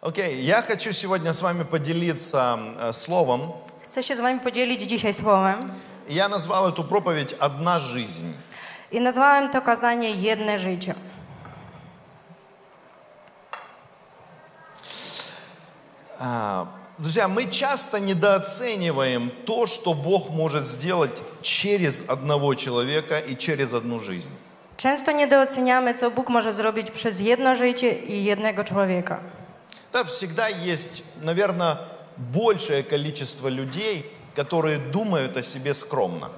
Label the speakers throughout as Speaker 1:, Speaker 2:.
Speaker 1: Окей, я хочу сегодня с вами поделиться э, словом.
Speaker 2: Chcę się z Wami podzielić dzisiaj słowem
Speaker 1: Я назвал эту проповедь «Одна жизнь».
Speaker 2: i nazwałem to kazanie Jedne Życie.
Speaker 1: А, Друзья, мы часто недооцениваем то, что Бог может сделать через одного человека и через одну жизнь.
Speaker 2: Często niedooceniamy, co Bóg może zrobić przez jedno życie i jednego człowieka.
Speaker 1: Да, всегда есть, наверное, большее количество людей, которые думают о себе скромно.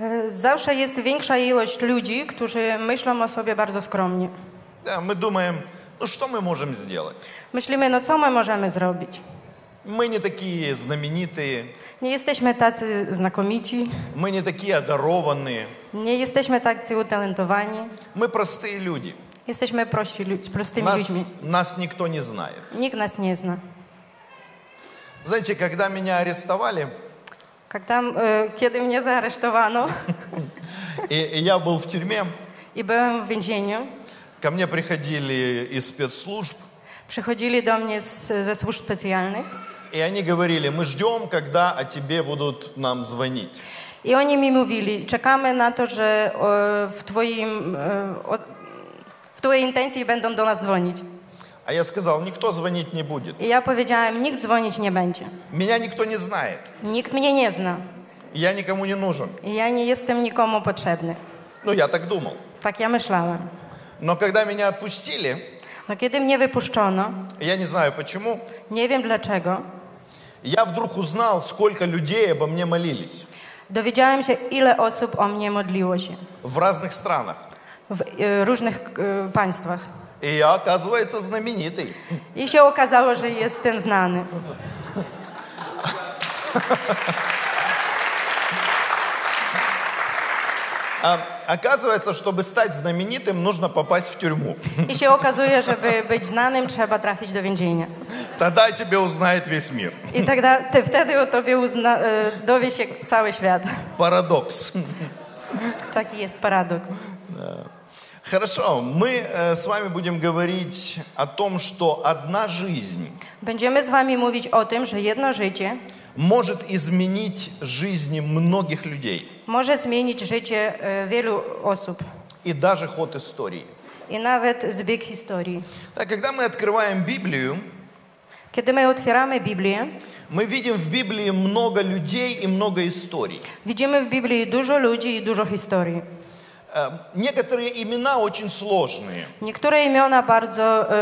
Speaker 2: E, Zawsze jest większa ilość ludzi, którzy myślą o sobie bardzo skromnie.
Speaker 1: Да, мы думаем, ну что мы możemy сделать?
Speaker 2: Myślimy, no co my możemy zrobić?
Speaker 1: Мы не такие знаменитые,
Speaker 2: Nie jesteśmy tacy znakomici,
Speaker 1: мы не такие одарованные,
Speaker 2: nie jesteśmy tacy utalentowani,
Speaker 1: мы простые люди.
Speaker 2: jesteśmy prości, lud- prostymi ludźmi.
Speaker 1: Нас, нас никто не знает.
Speaker 2: Nikt nas nie zna.
Speaker 1: Знаете, когда меня арестовали,
Speaker 2: Jak tam, e, kiedy mnie zaaresztowano
Speaker 1: и, и я был в tюрьме,
Speaker 2: i byłem w więzieniu,
Speaker 1: ко мне приходили из спецслужб,
Speaker 2: Przychodzili do mnie z, ze służb specjalnych
Speaker 1: и они говорили, мы ждем, когда о тебе будут нам звонить.
Speaker 2: i oni mi mówili, czekamy na to, że e, w, twoim, e, o, w Twojej intencji będą do nas dzwonić.
Speaker 1: А я сказал, никто звонить не будет.
Speaker 2: I ja powiedziałem, nikt dzwonić nie będzie.
Speaker 1: Меня никто не знает.
Speaker 2: Nikt mnie nie zna.
Speaker 1: Я никому не нужен.
Speaker 2: I ja nie jestem nikomu potrzebny.
Speaker 1: Ну, я так думал.
Speaker 2: Tak ja myślałem.
Speaker 1: Но когда меня отпустили,
Speaker 2: No kiedy mnie wypuszczono,
Speaker 1: я не знаю почему,
Speaker 2: nie wiem dlaczego,
Speaker 1: я вдруг узнал, сколько людей обо мне молились
Speaker 2: dowiedziałem się, ile osób o mnie modliło się
Speaker 1: в разных странах.
Speaker 2: w e, różnych e, państwach.
Speaker 1: И я, оказывается, знаменитый.
Speaker 2: I się okazało, że jestem znany.
Speaker 1: А, оказывается, чтобы стать знаменитым, нужно попасть в тюрьму.
Speaker 2: I się okazuje, żeby być znanym, trzeba trafić do więzienia.
Speaker 1: Тогда тебя узнает весь мир.
Speaker 2: I tak da, ty wtedy o tobie uzna, e, dowie się cały świat.
Speaker 1: Парадокс.
Speaker 2: Taki jest paradoks.
Speaker 1: Хорошо, мы э, с вами будем говорить о том, что одна жизнь
Speaker 2: Będziemy z wami mówić o tym, że jedno życie
Speaker 1: может изменить жизни многих людей
Speaker 2: może zmienić życie e, wielu osób
Speaker 1: и даже ход истории.
Speaker 2: i nawet zbieg historii.
Speaker 1: Да, Когда мы открываем Библию,
Speaker 2: Kiedy my otwieramy Biblię,
Speaker 1: мы видим в Библии много людей и много историй.
Speaker 2: widzimy w Biblii dużo ludzi i dużo historii.
Speaker 1: Э, Некоторые имена очень сложные.
Speaker 2: Niektóre imiona bardzo e,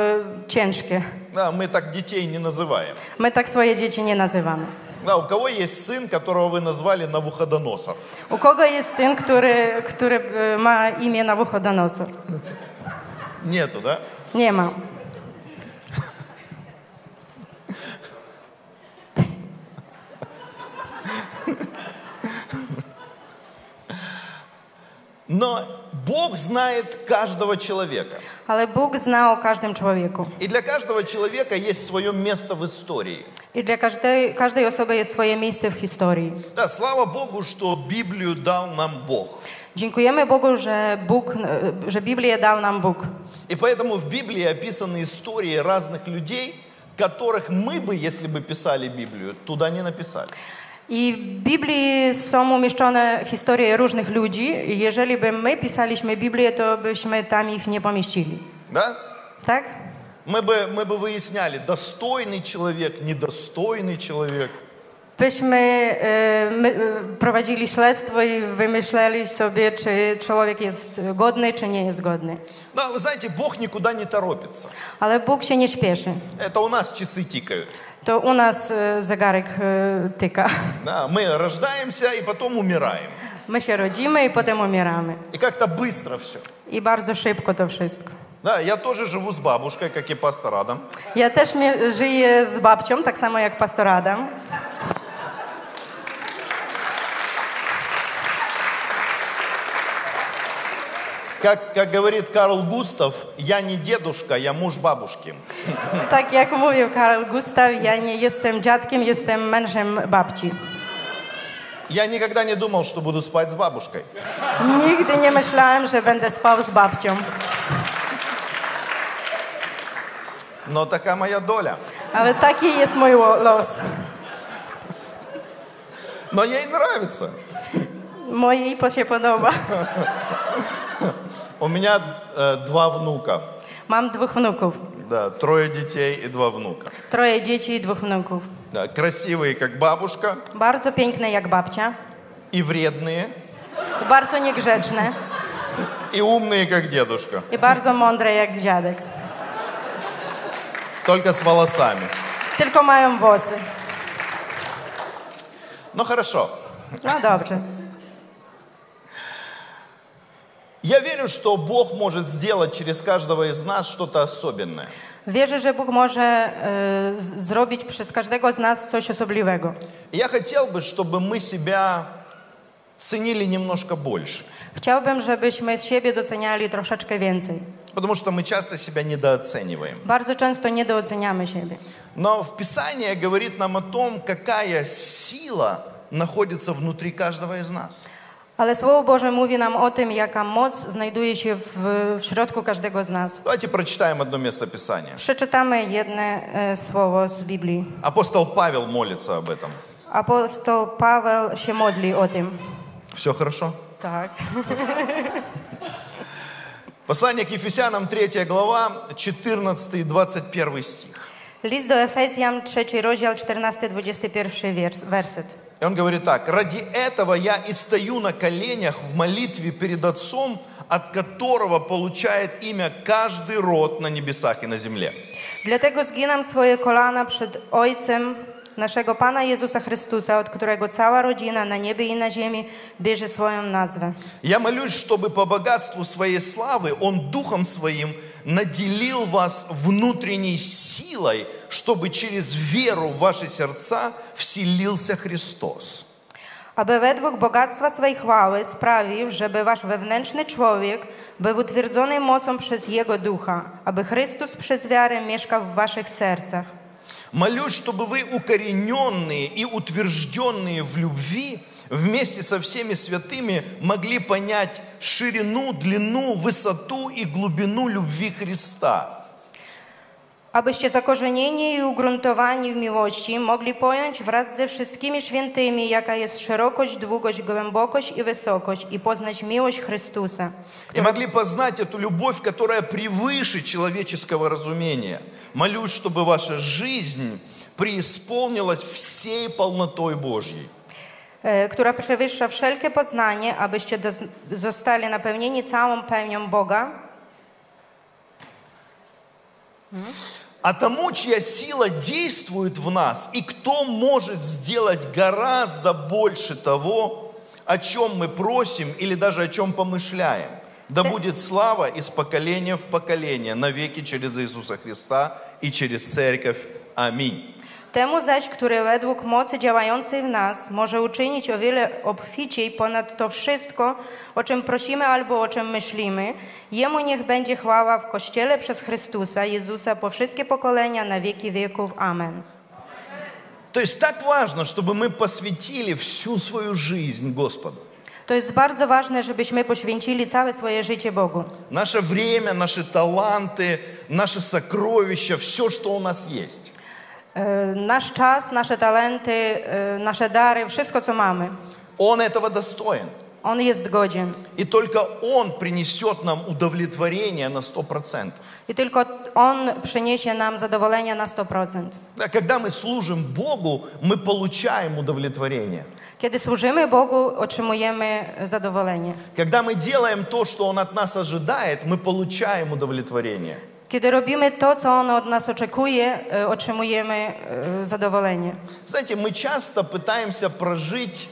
Speaker 2: ciężkie.
Speaker 1: Да, мы так детей не называем.
Speaker 2: My tak swoje dzieci nie nazywamy.
Speaker 1: Да, у кого есть сын, которого вы назвали Навуходоносор?
Speaker 2: U kogo jest syn, który, który e, ma imię Nabuchodonosor?
Speaker 1: Нету, да?
Speaker 2: Nie ma.
Speaker 1: Но Бог знает каждого человека.
Speaker 2: Ale Bóg zna o każdym człowieku.
Speaker 1: И для каждого человека есть свое место в истории.
Speaker 2: I dla każdej, każdej osoby jest swoje miejsce w historii.
Speaker 1: Да, слава Богу, что Библию дал нам Бог.
Speaker 2: Dziękujemy Bogu, że, Bóg, e, że Biblię dał nam Bóg.
Speaker 1: И поэтому в Библии описаны истории разных людей, которых мы бы, если бы писали Библию, туда не написали.
Speaker 2: I w Biblii są umieszczone historie różnych ludzi. I Jeżeli by my pisaliśmy Biblię, to byśmy tam ich nie pomieścili.
Speaker 1: Да?
Speaker 2: Tak?
Speaker 1: Мы бы, мы бы выясняли, достойный человек, недостойный человек.
Speaker 2: Byśmy e, my, e, prowadzili śledztwo i wymyślali sobie, czy człowiek jest godny, czy nie jest godny.
Speaker 1: Да, вы знаете, Бог никуда не торопится.
Speaker 2: Ale Bóg się nie śpieszy.
Speaker 1: Это у нас часы тикают.
Speaker 2: To u nas e, zegarek e, tyka.
Speaker 1: Да, мы рождаемся и потом умираем.
Speaker 2: My się rodzimy i potem umieramy.
Speaker 1: И как-то быстро все.
Speaker 2: I bardzo szybko to wszystko.
Speaker 1: Да, я тоже живу с бабушкой, как и пастор Адам.
Speaker 2: Ja też mie- żyję z babcią, tak samo jak pastor Adam.
Speaker 1: Как, как говорит Карл Густав, я не дедушка, я муж бабушки.
Speaker 2: Tak jak mówił Karol Gustaw, ja nie jestem dziadkiem, jestem mężem babci.
Speaker 1: Я никогда не думал, что буду спать с бабушкой.
Speaker 2: Nigdy nie myślałem, że będę spał z babcią.
Speaker 1: Но такая моя доля.
Speaker 2: Ale taki jest mój lo- los.
Speaker 1: Но ей nравится.
Speaker 2: Mojej po- się podoba.
Speaker 1: У меня э, два внука.
Speaker 2: Mam dwóch wnuków.
Speaker 1: Да, трое детей и два внука.
Speaker 2: Troje dzieci i dwóch wnuków.
Speaker 1: Да, красивые, как бабушка,
Speaker 2: Bardzo piękne jak babcia.
Speaker 1: и вредные,
Speaker 2: Bardzo niegrzeczne.
Speaker 1: и умные, как дедушка.
Speaker 2: I bardzo mądre jak dziadek.
Speaker 1: Только с волосами.
Speaker 2: Tylko mają włosy.
Speaker 1: Ну хорошо.
Speaker 2: No dobrze.
Speaker 1: Я верю, что Бог может сделать через каждого из нас что-то особенное.
Speaker 2: Wierzę, że Bóg może e, z- zrobić przez każdego z nas coś osobliwego.
Speaker 1: И я хотел бы, чтобы мы себя ценили немножко больше.
Speaker 2: Chciałbym, żebyśmy z siebie doceniali troszeczkę więcej.
Speaker 1: Потому что мы часто себя недооцениваем.
Speaker 2: Bardzo często niedoceniamy siebie.
Speaker 1: Но в Писании говорит нам о том, какая сила находится внутри каждого из нас.
Speaker 2: Ale Słowo Boże mówi nam o tym, jaka moc znajduje się w, w środku każdego z nas.
Speaker 1: Давайте прочитаем одно место Писания.
Speaker 2: Przeczytamy jedno e, słowo z Biblii.
Speaker 1: Апостол Павел молится об этом.
Speaker 2: Apostoł Paweł się modli o tym.
Speaker 1: Все хорошо?
Speaker 2: Tak.
Speaker 1: Послание к Ефесянам, 3 глава, 14 и 21 stих.
Speaker 2: List do Efezjan, trzeci rozdział, 14-21 wiers- werset.
Speaker 1: И он говорит так, «Ради этого я и стою на коленях в молитве перед Отцом, от которого получает имя каждый род на небесах и на земле».
Speaker 2: Dlatego zginam swoje kolana przed Ojcem naszego Pana Jezusa Chrystusa, od którego cała rodzina na niebie i na ziemi bierze swoją nazwę.
Speaker 1: Я молюсь, чтобы по богатству своей славы Он Духом Своим наделил вас внутренней силой, чтобы через веру в ваши сердца вселился Христос.
Speaker 2: Aby według bogactwa swej chwały sprawił, żeby wasz wewnętrzny człowiek był utwierdzony mocą przez Jego Ducha, aby Chrystus przez wiarę mieszkał w waszych sercach.
Speaker 1: Молюсь, чтобы вы укорененные и утвержденные в любви вместе со всеми святыми могли понять ширину, длину, высоту и глубину любви Христа.
Speaker 2: Abyście zakorzenieni i ugruntowani w miłości mogli pojąć wraz ze wszystkimi świętymi, jaka jest szerokość, długość, głębokość i wysokość, i poznać miłość Chrystusa.
Speaker 1: И могли познать эту любовь, которая превыше человеческого разумения. Молюсь, чтобы ваша жизнь преисполнилась всей полнотой Божьей.
Speaker 2: e, która przewyższa wszelkie poznanie, abyście dos- zostali napełnieni całą pełnią Boga,
Speaker 1: А тому, чья сила действует в нас, и кто может сделать гораздо больше того, о чем мы просим или даже о чем помышляем. Да будет слава из поколения в поколение, навеки через Иисуса Христа и через Церковь. Аминь.
Speaker 2: Temu zaś, który według mocy działającej w nas może uczynić o wiele obficiej ponad to wszystko, o czym prosimy albo o czym myślimy, jemu niech będzie chwała w Kościele przez Chrystusa Jezusa po wszystkie pokolenia na wieki wieków. Amen.
Speaker 1: То есть так важно, чтобы мы посвятили всю свою жизнь Господу.
Speaker 2: To jest bardzo ważne, żebyśmy poświęcili całe swoje życie Bogu.
Speaker 1: Наше время, наши таланты, наши сокровища, все, что у нас есть.
Speaker 2: E, Nasz czas, nasze talenty, e, nasze dary, wszystko co mamy,
Speaker 1: Он этого достоин.
Speaker 2: On jest godzien.
Speaker 1: И только Он принесет нам удовлетворение на 100%.
Speaker 2: I tylko On przyniesie nam zadowolenie na 100%.
Speaker 1: Да, Когда мы служим Богу, мы получаем удовлетворение.
Speaker 2: Kiedy służymy Bogu, otrzymujemy zadowolenie.
Speaker 1: Когда мы делаем то, что Он от нас ожидает, мы получаем удовлетворение.
Speaker 2: Kiedy robimy to, co On od nas oczekuje, e, otrzymujemy e, zadowolenie.
Speaker 1: Знаете, мы часто пытаемся прожить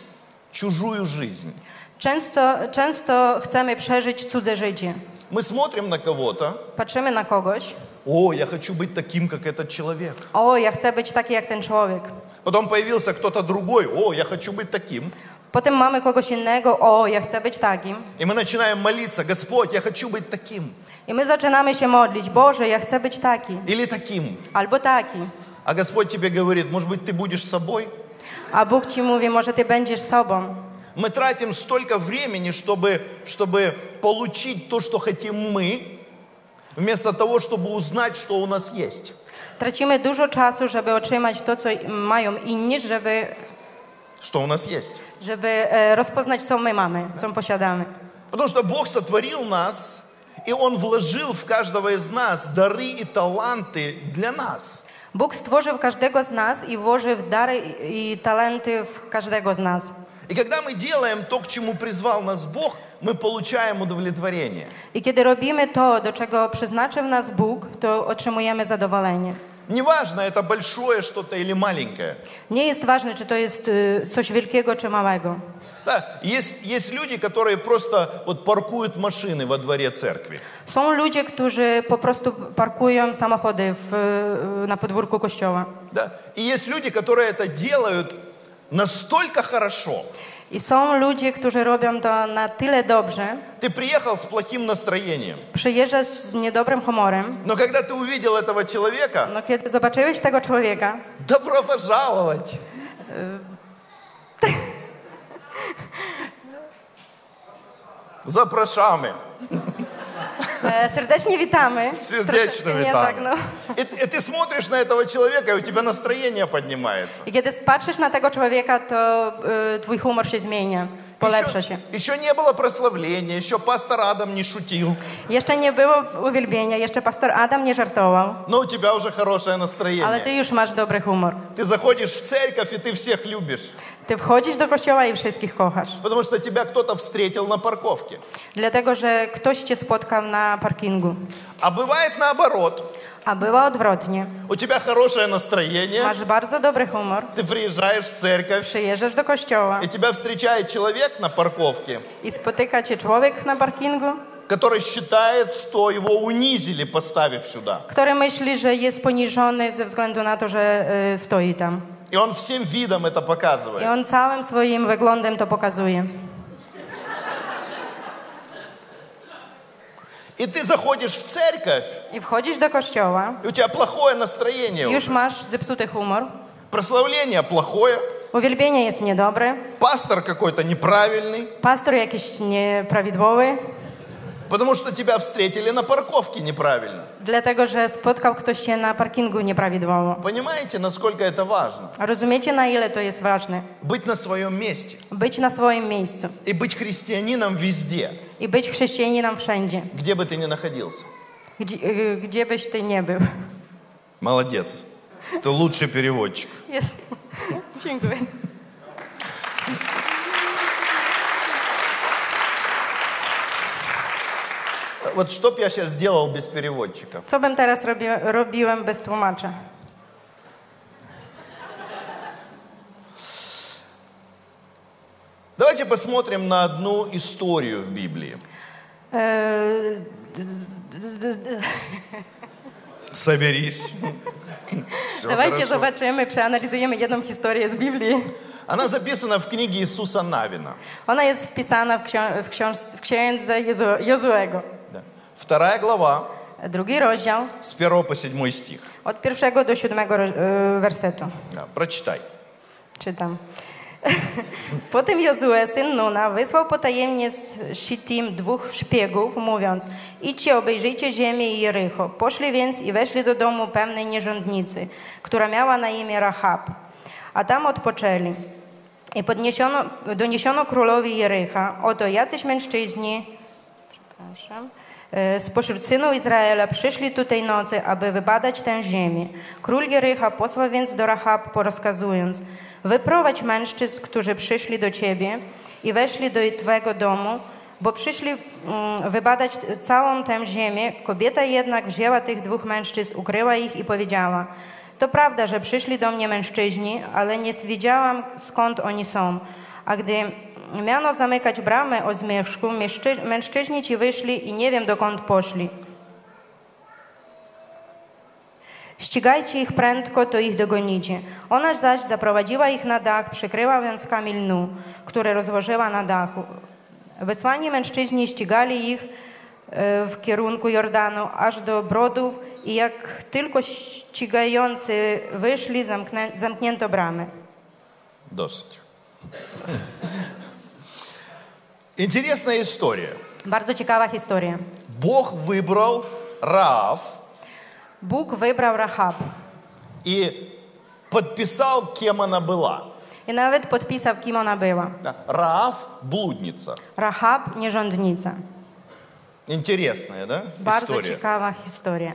Speaker 1: чужую жизнь.
Speaker 2: Często, często chcemy przeżyć cudze życie.
Speaker 1: Мы смотрим на кого-то,
Speaker 2: Patrzymy na kogoś,
Speaker 1: о, я хочу быть таким, как этот человек.
Speaker 2: o, ja chcę być taki jak ten człowiek.
Speaker 1: Потом появился кто-то другой, о, я хочу быть таким.
Speaker 2: Potem mamy kogoś innego, o, ja chcę być takim.
Speaker 1: И мы начинаем молиться, Господь, я хочу быть таким
Speaker 2: I my zaczynamy się modlić, Boże, ja chcę być taki,
Speaker 1: или таким.
Speaker 2: albo taki.
Speaker 1: А Господь тебе говорит, может быть, ты будешь собой?
Speaker 2: A Bóg ci mówi, może ty będziesz sobą.
Speaker 1: Мы тратим столько времени, чтобы, чтобы получить то, что хотим мы, вместо того, чтобы узнать, что у нас есть.
Speaker 2: Tracimy dużo czasu, żeby otrzymać to, co mają inni, żeby,
Speaker 1: что у нас есть.
Speaker 2: żeby e, rozpoznać, co my mamy, co posiadamy.
Speaker 1: Потому что Бог сотворил нас, и Он вложил в каждого из нас дары и таланты для нас.
Speaker 2: Bóg stworzył każdego z nas i włożył dary i i talenty w każdego z nas.
Speaker 1: И когда мы делаем то, к чему призвал нас Бог, мы получаем удовлетворение.
Speaker 2: I kiedy robimy to, do czego przeznaczył nas Bóg, to otrzymujemy zadowolenie.
Speaker 1: Неважно, это большое что-то или маленькое.
Speaker 2: Nie jest ważne, czy to jest y, coś wielkiego czy małego.
Speaker 1: Да, есть, есть люди, которые просто вот паркуют машины во дворе церкви.
Speaker 2: Są ludzie, którzy po prostu parkują samochody w, y, na podwórku kościoła.
Speaker 1: Да? И есть люди, которые это делают настолько хорошо.
Speaker 2: I są ludzie, którzy robią to na tyle dobrze,
Speaker 1: Ты приехал с плохим настроением,
Speaker 2: przyjeżdżasz z niedobrym humorem.
Speaker 1: но когда ты увидел этого человека,
Speaker 2: No kiedy zobaczyłeś tego człowieka,
Speaker 1: добро пожаловать. Запрошamy.
Speaker 2: e, serdecznie witamy.
Speaker 1: Сердечно
Speaker 2: Troszeczkę nie tak, no.
Speaker 1: витаем. И, ты- и ты смотришь на этого человека, и у тебя настроение поднимается.
Speaker 2: I kiedy patrzysz na tego człowieka, to y, twój humor się zmienia, polepsza się.
Speaker 1: Еще, еще не было прославления, еще пастор Адам не шутил,
Speaker 2: Jeszcze nie było uwielbienia, jeszcze pastor Adam nie żartował,
Speaker 1: но у тебя уже хорошее настроение.
Speaker 2: ale ty już masz dobry humor.
Speaker 1: Ты заходишь в церковь, и ты всех любишь,
Speaker 2: Ty wchodzisz do kościoła i wszystkich kochasz.
Speaker 1: потому что тебя кто-то wстретил на парковке.
Speaker 2: Dlatego, że ktoś cię spotkał na parkingu.
Speaker 1: А бывает наоборот.
Speaker 2: A było odwrotnie.
Speaker 1: У тебя хорошее настроение,
Speaker 2: Masz bardzo dobry humor,
Speaker 1: ты приезжаешь в церковь,
Speaker 2: przyjeżdżasz do kościoła
Speaker 1: и тебя встречает человек на парковке,
Speaker 2: i spotyka cię człowiek na parkingu,
Speaker 1: который считает, что его унизили, поставив сюда.
Speaker 2: który myśli, że jest poniżony ze względu na to, że y, stoi tam.
Speaker 1: И он всем видом это
Speaker 2: I
Speaker 1: показывает.
Speaker 2: on całym swoim wyglądem to pokazuje.
Speaker 1: И ты заходишь в церковь,
Speaker 2: I wchodzisz do kościoła,
Speaker 1: и у тебя плохое настроение.
Speaker 2: już masz zepsuty humor,
Speaker 1: Прославление плохое,
Speaker 2: uwielbienie jest niedobre,
Speaker 1: пастор какой-то неправильный,
Speaker 2: pastor jakiś nieprawidłowy,
Speaker 1: потому что тебя встретили на парковке неправильно.
Speaker 2: dlatego że spotkał ktoś się na parkingu nieprawidłowo.
Speaker 1: Понимаете, насколько это важно?
Speaker 2: Rozumiecie, na ile to jest ważne?
Speaker 1: Быть на своем месте
Speaker 2: Być na swoim miejscu
Speaker 1: и быть христианином везде,
Speaker 2: i być chrześcijaninem wszędzie,
Speaker 1: где бы ты ни находился.
Speaker 2: gdzie, y, gdzie byś ty nie był.
Speaker 1: Молодец. Ты лучший переводчик.
Speaker 2: Jest. Dziękuję.
Speaker 1: Вот что бы я сейчас сделал без переводчика?
Speaker 2: Co bym teraz robi, robiłem bez tłumacza?
Speaker 1: Давайте посмотрим на одну историю в Библии.
Speaker 2: Eee, d- d- d- d-
Speaker 1: Соберись. Всё
Speaker 2: Dawajcie
Speaker 1: хорошо.
Speaker 2: zobaczymy, przeanalizujemy jedną historię z Biblii.
Speaker 1: Она записана в книге Иисуса Навина.
Speaker 2: Ona jest wpisana w, ksią- w, książ- w księdze Jezu- Jozuego.
Speaker 1: Да. Вторая глава
Speaker 2: Drugi rozdział,
Speaker 1: с 1 по 7 стих.
Speaker 2: od pierwszego do siódmego roz- e, wersetu.
Speaker 1: Да, прочитай.
Speaker 2: Czytam. Potem Jozue, syn Nuna, wysłał potajemnie z Shittim dwóch szpiegów, mówiąc Idźcie, obejrzyjcie ziemię i Jericho. Poszli więc i weszli do domu pewnej nierządnicy, która miała na imię Rahab. A tam odpoczęli. I podniesiono, doniesiono królowi Jericha, oto jacyś mężczyźni, przepraszam, e, spośród synów Izraela przyszli tutaj nocy, aby wybadać tę ziemię. Król Jerycha posłał więc do Rahab, porozkazując, wyprowadź mężczyzn, którzy przyszli do ciebie i weszli do twego domu, bo przyszli mm, wybadać całą tę ziemię. Kobieta jednak wzięła tych dwóch mężczyzn, ukryła ich i powiedziała, to prawda, że przyszli do mnie mężczyźni, ale nie wiedziałam, skąd oni są. A gdy miano zamykać bramę o zmierzchu, mężczy- mężczyźni ci wyszli i nie wiem, dokąd poszli. Ścigajcie ich prędko, to ich dogonicie. Ona zaś zaprowadziła ich na dach, przykryła wiązkami lnu, które rozłożyła na dachu. Wysłani mężczyźni ścigali ich e, w kierunku Jordanu aż do brodów i jak tylko ścigający wyszli, zamknę, zamknięto bramy.
Speaker 1: Досыть. Интересная история.
Speaker 2: Bardzo ciekawa historia.
Speaker 1: Бог выбрал Раав
Speaker 2: Bóg wybrał Rahab
Speaker 1: и подписал, кем она была.
Speaker 2: І навіть підписав, ким вона була.
Speaker 1: Да. Раав – блудница.
Speaker 2: Рахаб нежондниця.
Speaker 1: Интересная, да,
Speaker 2: Дуже
Speaker 1: история?
Speaker 2: цікава історія.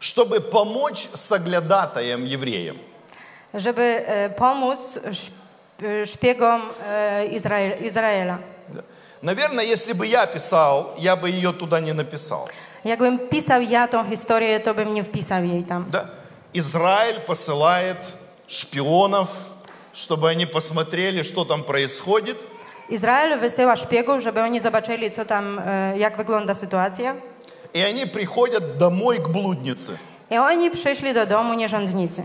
Speaker 1: Чтобы помочь соглядатаям евреям.
Speaker 2: Щоб е, помочь e, шпігам е, Ізраїль- Ізраїля.
Speaker 1: Да. Наверное, если бы я писал, я бы ее туда не написал.
Speaker 2: Якби писав я ту історію, то би мені вписав її там.
Speaker 1: Да? Израиль посылает шпионов, чтобы они посмотрели, что там происходит.
Speaker 2: Ізраїль висила шпігів, щоб вони побачили, що там, е, як виглядає ситуація.
Speaker 1: И они приходят домой к блуднице.
Speaker 2: І вони прийшли додому нежондниці.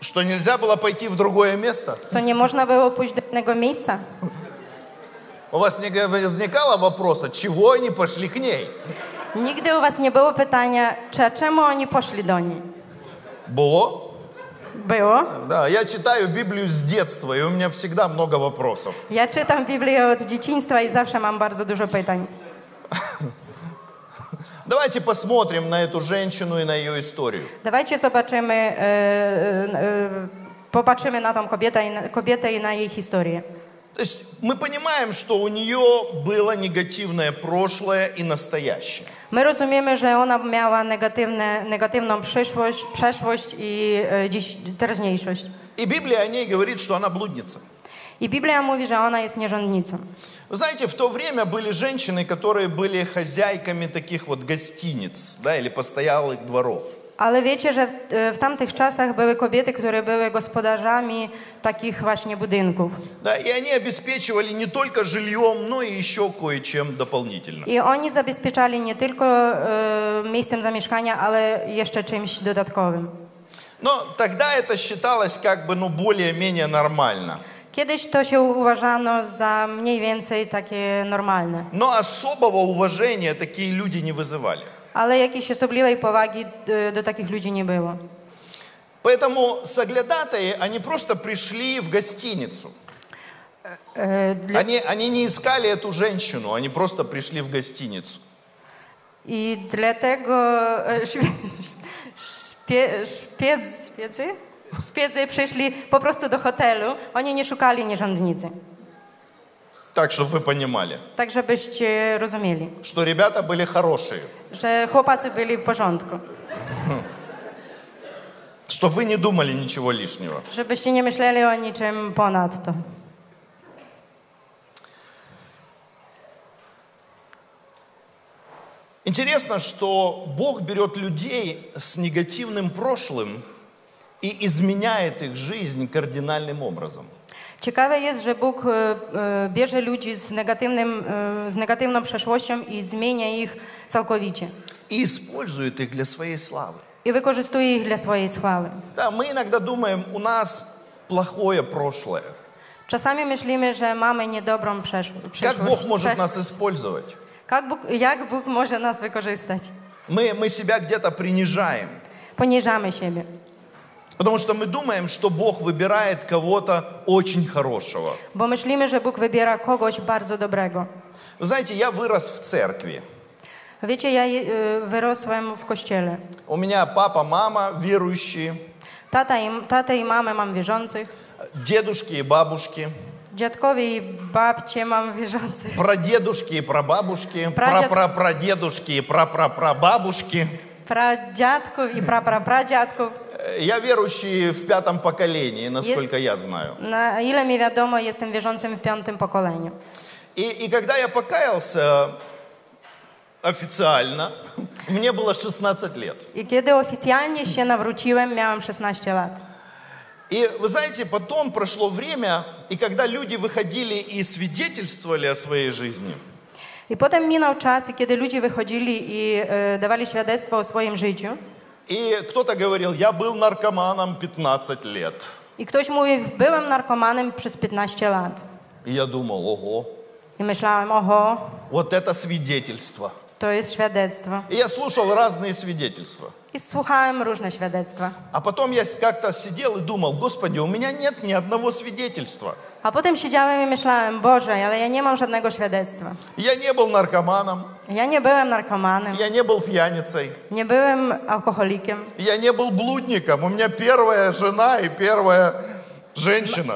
Speaker 1: Что нельзя было пойти в другое место?
Speaker 2: Що не можна було пусть до одного місця?
Speaker 1: У вас не г- возникало вопроса, чего они пошли к ней?
Speaker 2: Нігде у вас не було питання, чи чому вони пішли до неї.
Speaker 1: Было?
Speaker 2: Було.
Speaker 1: Да, я читаю Библию с детства, и у меня всегда много вопросов.
Speaker 2: Ja czytam Biblię od dzieciństwa i zawsze mam bardzo dużo pytań.
Speaker 1: Давайте посмотрим на эту женщину и на ее историю.
Speaker 2: Dawajcie zobaczymy, e, e, e, popatrzymy na tą kobietę i na, kobietę i na jej historię.
Speaker 1: То есть мы понимаем, что у нее было негативное прошлое и настоящее.
Speaker 2: My rozumiemy, że ona miała negatywne, negatywną przyszłość, przeszłość i e, dziś, teraźniejszość.
Speaker 1: И Библия о ней говорит, что она блудница.
Speaker 2: I Biblia mówi, że ona jest nierządnicą.
Speaker 1: Вы знаете, в то время были женщины, которые были хозяйками таких вот гостиниц, да, или постоялых дворов.
Speaker 2: Ale wiecie, że w, e, w tamtych czasach były kobiety, które były gospodarzami takich właśnie budynków.
Speaker 1: Да, и они обеспечивали не только жильем, но и еще кое-чем дополнительно.
Speaker 2: I oni zabezpieczali nie tylko e, miejscem zamieszkania, ale jeszcze czymś dodatkowym.
Speaker 1: Но тогда это считалось как бы, ну, более-менее нормально.
Speaker 2: Kiedyś to się uważano za mniej więcej takie normalne,
Speaker 1: Но особого уважения такие люди не вызывали.
Speaker 2: ale jakiejś osobliwej powagi e, do takich ludzi nie było.
Speaker 1: Поэтому соглядатые, они просто пришли в гостиницу.
Speaker 2: E, dla,
Speaker 1: Они, они не искали эту женщину, они просто пришли в гостиницу.
Speaker 2: I dlatego e, śpie, śpie, szpiedzy, szpiedzy? szpiedzy przyszli po prostu do hotelu. Oni nie szukali nierządnicy,
Speaker 1: Так, чтобы вы понимали,
Speaker 2: tak żebyście rozumieli,
Speaker 1: что ребята были хорошие.
Speaker 2: że chłopacy byli w porządku,
Speaker 1: Чтобы вы не думали ничего лишнего.
Speaker 2: żebyście nie myśleli o niczym ponadto.
Speaker 1: Интересно, что Бог берет людей с негативным прошлым и изменяет их жизнь кардинальным образом.
Speaker 2: Ciekawe jest, że Bóg e, e, bierze ludzi z, negatywnym, e, z negatywną przeszłością i zmienia ich całkowicie.
Speaker 1: И использует их для своей slавы.
Speaker 2: I wykorzystuje ich dla swojej sławy.
Speaker 1: Да, мы иногда думаем, у нас плохое прошлое.
Speaker 2: Czasami myślimy, że mamy niedobrą przesz- przeszłość.
Speaker 1: Как Бог может
Speaker 2: Przesz-
Speaker 1: нас использовать?
Speaker 2: Jak, Bóg, jak Bóg może nas wykorzystać?
Speaker 1: Мы, мы себя где-то принижаем.
Speaker 2: Poniżamy siebie.
Speaker 1: Потому что мы думаем, что Бог выбирает кого-то очень хорошего.
Speaker 2: Bo myślimy, że Bóg wybiera kogoś bardzo dobrego.
Speaker 1: Вы знаете, я вырос в церкви.
Speaker 2: Wiecie, ja e, wyrosłem w kościele.
Speaker 1: У меня папа, мама верующие,
Speaker 2: Tata i, tatę i mamę mam wierzących.
Speaker 1: дедушки и бабушки,
Speaker 2: Dziadkowie i babcie mam wierzących.
Speaker 1: прадедушки и прабабушки,
Speaker 2: Прадед-
Speaker 1: прапрапрадедушки и прапрапрабабушки.
Speaker 2: Pradziadków i praprapradziadków.
Speaker 1: Э, Я верующий в пятом поколении, насколько я знаю.
Speaker 2: Na ile mi wiadomo, jestem wierzącym w piątym pokoleniu.
Speaker 1: И, и когда я покаялся официально, мне было 16 лет.
Speaker 2: I kiedy oficjalnie się nawróciłem, miałam 16 lat.
Speaker 1: И вы знаете, потом прошло время, и когда люди выходили и свидетельствовали о своей жизни,
Speaker 2: I potem minął czas, i kiedy ludzie wychodzili i e, dawali świadectwo o swoim życiu.
Speaker 1: и кто-то говорил, я был наркоманом 15 лет.
Speaker 2: I ktoś mówi, byłem narkomanem przez 15 lat.
Speaker 1: И я думал, ого,
Speaker 2: I myślałem, oho,
Speaker 1: вот это свидетельство.
Speaker 2: to jest świadectwo.
Speaker 1: И я слушал разные свидетельства.
Speaker 2: I słuchałem różne świadectwa.
Speaker 1: А потом я как-то сидел и думал, господи, у меня нет ни одного свидетельства.
Speaker 2: A potem siedziałem i myślałem, Boże, ale ja nie mam żadnego świadectwa.
Speaker 1: Я не был наркоманом,
Speaker 2: Ja nie byłem narkomanem,
Speaker 1: Я не был пьяницей.
Speaker 2: nie byłem alkoholikiem,
Speaker 1: Я не был блудником. У меня первая жена и первая женщина.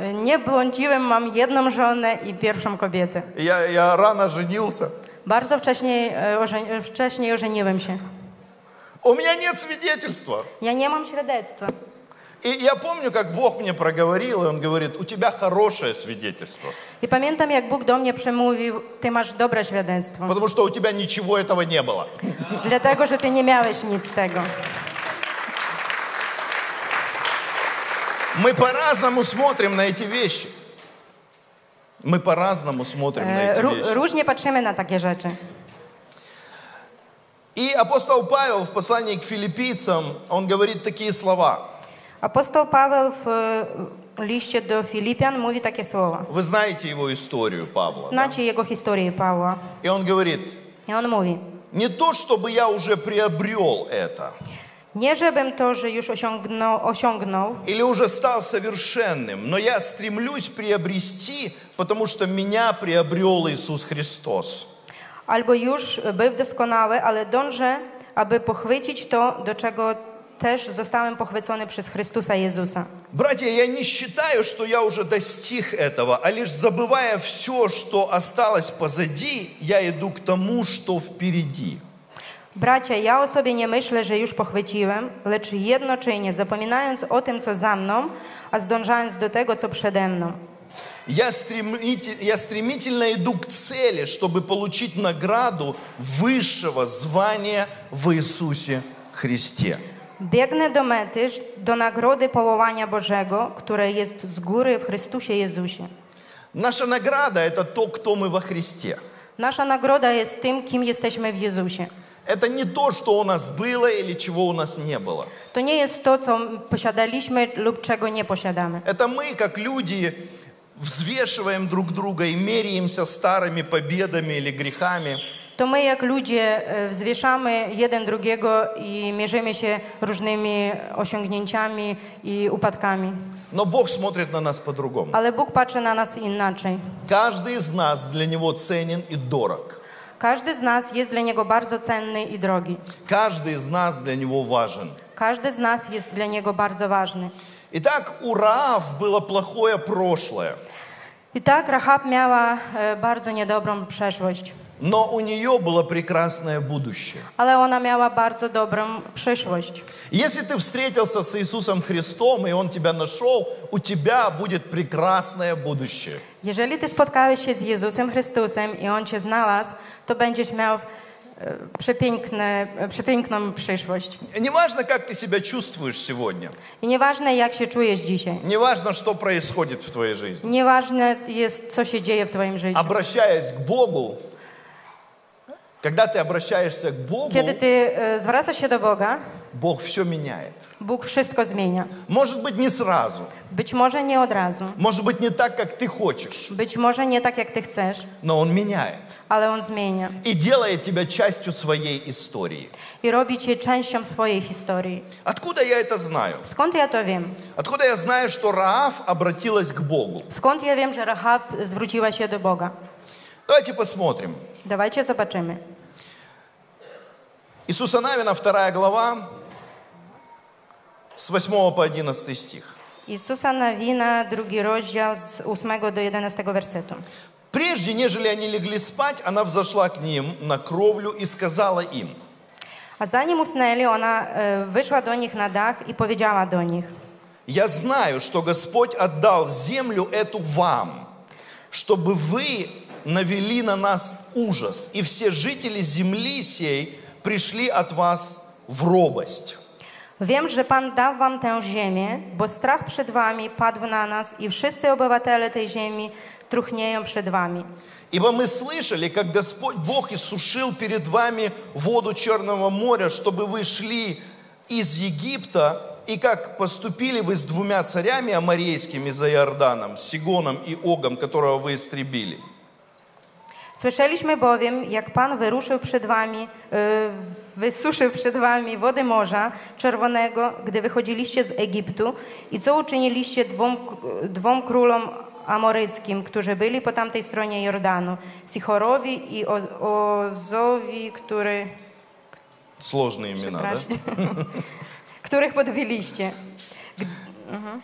Speaker 2: E, nie błądziłem, mam jedną żonę i pierwszą kobietę.
Speaker 1: Я, я рано женился.
Speaker 2: Bardzo wcześniej, e, ożeni- e, wcześniej ożeniłem się.
Speaker 1: У меня нет свидетельства.
Speaker 2: Ja nie mam świadectwa.
Speaker 1: И я помню, как Бог мне проговорил, и Он говорит, у тебя хорошее свидетельство,
Speaker 2: I pamiętam, jak Bóg do mnie przemówił, ty masz dobre świadectwo,
Speaker 1: потому что у тебя ничего этого не было.
Speaker 2: dlatego, że ty nie miałeś nic z tego.
Speaker 1: Мы по-разному смотрим на эти вещи. Мы по-раznому смотрим на
Speaker 2: E,
Speaker 1: эти
Speaker 2: ró-
Speaker 1: вещи.
Speaker 2: różnie patrzymy na takie rzeczy.
Speaker 1: И апостол Павел в послании к филиппийцам, он говорит такие слова.
Speaker 2: Apostoł Paweł w e, liście do Filipian mówi takie słowa.
Speaker 1: Вы знаете его историю, Павла. да?
Speaker 2: Znacie jego historię Pawła.
Speaker 1: И он говорит,
Speaker 2: I on mówi,
Speaker 1: не то, чтобы я уже приобрел это,
Speaker 2: nie żebym to, że już osiągnął, osiągnął
Speaker 1: или уже стал совершенным, но я стремлюсь приобрести, потому что меня приобрел Иисус Христос.
Speaker 2: albo już był doskonały, ale dążę, aby pochwycić to, do czego też zostałem pochwycony przez Chrystusa Jezusa.
Speaker 1: Братья, я не считаю, что я уже достиг этого, а лишь забывая все, что осталось позади, я иду к тому, что впереди.
Speaker 2: Bracia, ja o sobie nie myślę, że już pochwyciłem, lecz jednoczynnie zapominając o tym, co za mną, a zdążając do tego, co przede mną.
Speaker 1: Я, стремите- я стремительно иду к цели, чтобы получить награду высшего звания в Иисусе Христе.
Speaker 2: Biegnę do mety, do nagrody powołania Bożego, które jest z góry w Chrystusie Jezusie.
Speaker 1: Наша награда – это то, кто мы во Христе.
Speaker 2: Nasza nagroda jest tym, kim jesteśmy w Jezusie.
Speaker 1: Это не то, что у нас было или чего у нас не было.
Speaker 2: To nie jest to, co posiadaliśmy lub czego nie posiadamy.
Speaker 1: Это мы, как люди, взвешиваем друг друга и меряемся старыми победами или грехами.
Speaker 2: To my, jak ludzie, e, wzwieszamy jeden drugiego i mierzymy się różnymi osiągnięciami i upadkami.
Speaker 1: Но Бог смотрит на нас по-другому.
Speaker 2: Ale Bóg patrzy na nas inaczej.
Speaker 1: Каждый из нас для Него ценен и дорог.
Speaker 2: Każdy z nas jest dla Niego bardzo cenny i drogi.
Speaker 1: Каждый из нас для Него важен.
Speaker 2: Każdy z nas jest dla Niego bardzo ważny.
Speaker 1: Итак, у Раав было плохое прошлое,
Speaker 2: I tak Rahab miała e, bardzo niedobrą przeszłość,
Speaker 1: но у нее было прекрасное будущее.
Speaker 2: ale ona miała bardzo dobrą przyszłość.
Speaker 1: Если ты встретился с Иисусом Христом, и Он тебя нашел, у тебя будет прекрасное будущее.
Speaker 2: Jeżeli ty spotkałeś się z Jezusem Chrystusem i On cię znalazł, to będziesz miał e, przepiękne, e, przepiękną przyszłość.
Speaker 1: Неважно, как ты себя чувствуешь сегодня,
Speaker 2: I nieważne jak się czujesz dzisiaj,
Speaker 1: неважно, что происходит в твоей жизни.
Speaker 2: nieważne jest co się dzieje w twoim życiu.
Speaker 1: Обращаясь к Богу, когда ты обращаешься к Богу,
Speaker 2: Kiedy ty e, zwracasz się do Boga,
Speaker 1: Бог все меняет.
Speaker 2: Bóg wszystko zmienia.
Speaker 1: Может быть, не сразу,
Speaker 2: Być może nie od razu,
Speaker 1: может быть, не так, как ты хочешь,
Speaker 2: być może nie tak jak ty chcesz,
Speaker 1: но Он меняет
Speaker 2: ale on zmienia
Speaker 1: и делает тебя частью своей истории.
Speaker 2: i robi cię częścią swojej historii.
Speaker 1: Откуда я это знаю?
Speaker 2: Skąd ja to wiem?
Speaker 1: Откуда я знаю, что Раав обратилась к Богу?
Speaker 2: Skąd ja wiem, że Rahab zwróciła się do Boga?
Speaker 1: Давайте посмотрим.
Speaker 2: Dawajcie zobaczymy.
Speaker 1: Иисуса Навина, 2 глава, с 8 по 11 стих.
Speaker 2: Jezusa Nawina, drugi rozdział z 8 do 11 wersetu.
Speaker 1: Прежде, нежели они легли спать, она взошла к ним на кровлю и сказала им,
Speaker 2: A zanim usnęli, ona e, wyszła do nich na dach i powiedziała do nich:
Speaker 1: «Я знаю, что Господь отдал землю эту вам, чтобы вы навели на нас ужас, и все жители земли сей пришли от вас в робость».
Speaker 2: Wiem, że Pan dał wam tę ziemię, bo strach przed wami padł na nas i wszyscy obywatele tej ziemi truchnieją przed wami.
Speaker 1: Ибо мы слышали, как Господь Бог иссушил перед вами воду Черного моря, чтобы вы шли из Египта, и как поступили вы с двумя царями аморейскими за Иорданом, Сигоном и Огом, которого вы истребили.
Speaker 2: Słyszeliśmy bowiem, jak Pan wyruszył przed wami, e, wysuszył przed wami wody Morza Czerwonego, gdy wychodziliście z Egiptu i co uczyniliście dwom, dwom królom amoryckim, którzy byli po tamtej stronie Jordanu, Sichorowi i Oz- Ozowi, który,
Speaker 1: Сложные имена, да?
Speaker 2: przepraszam, których podbiliście. Gd- Mhm.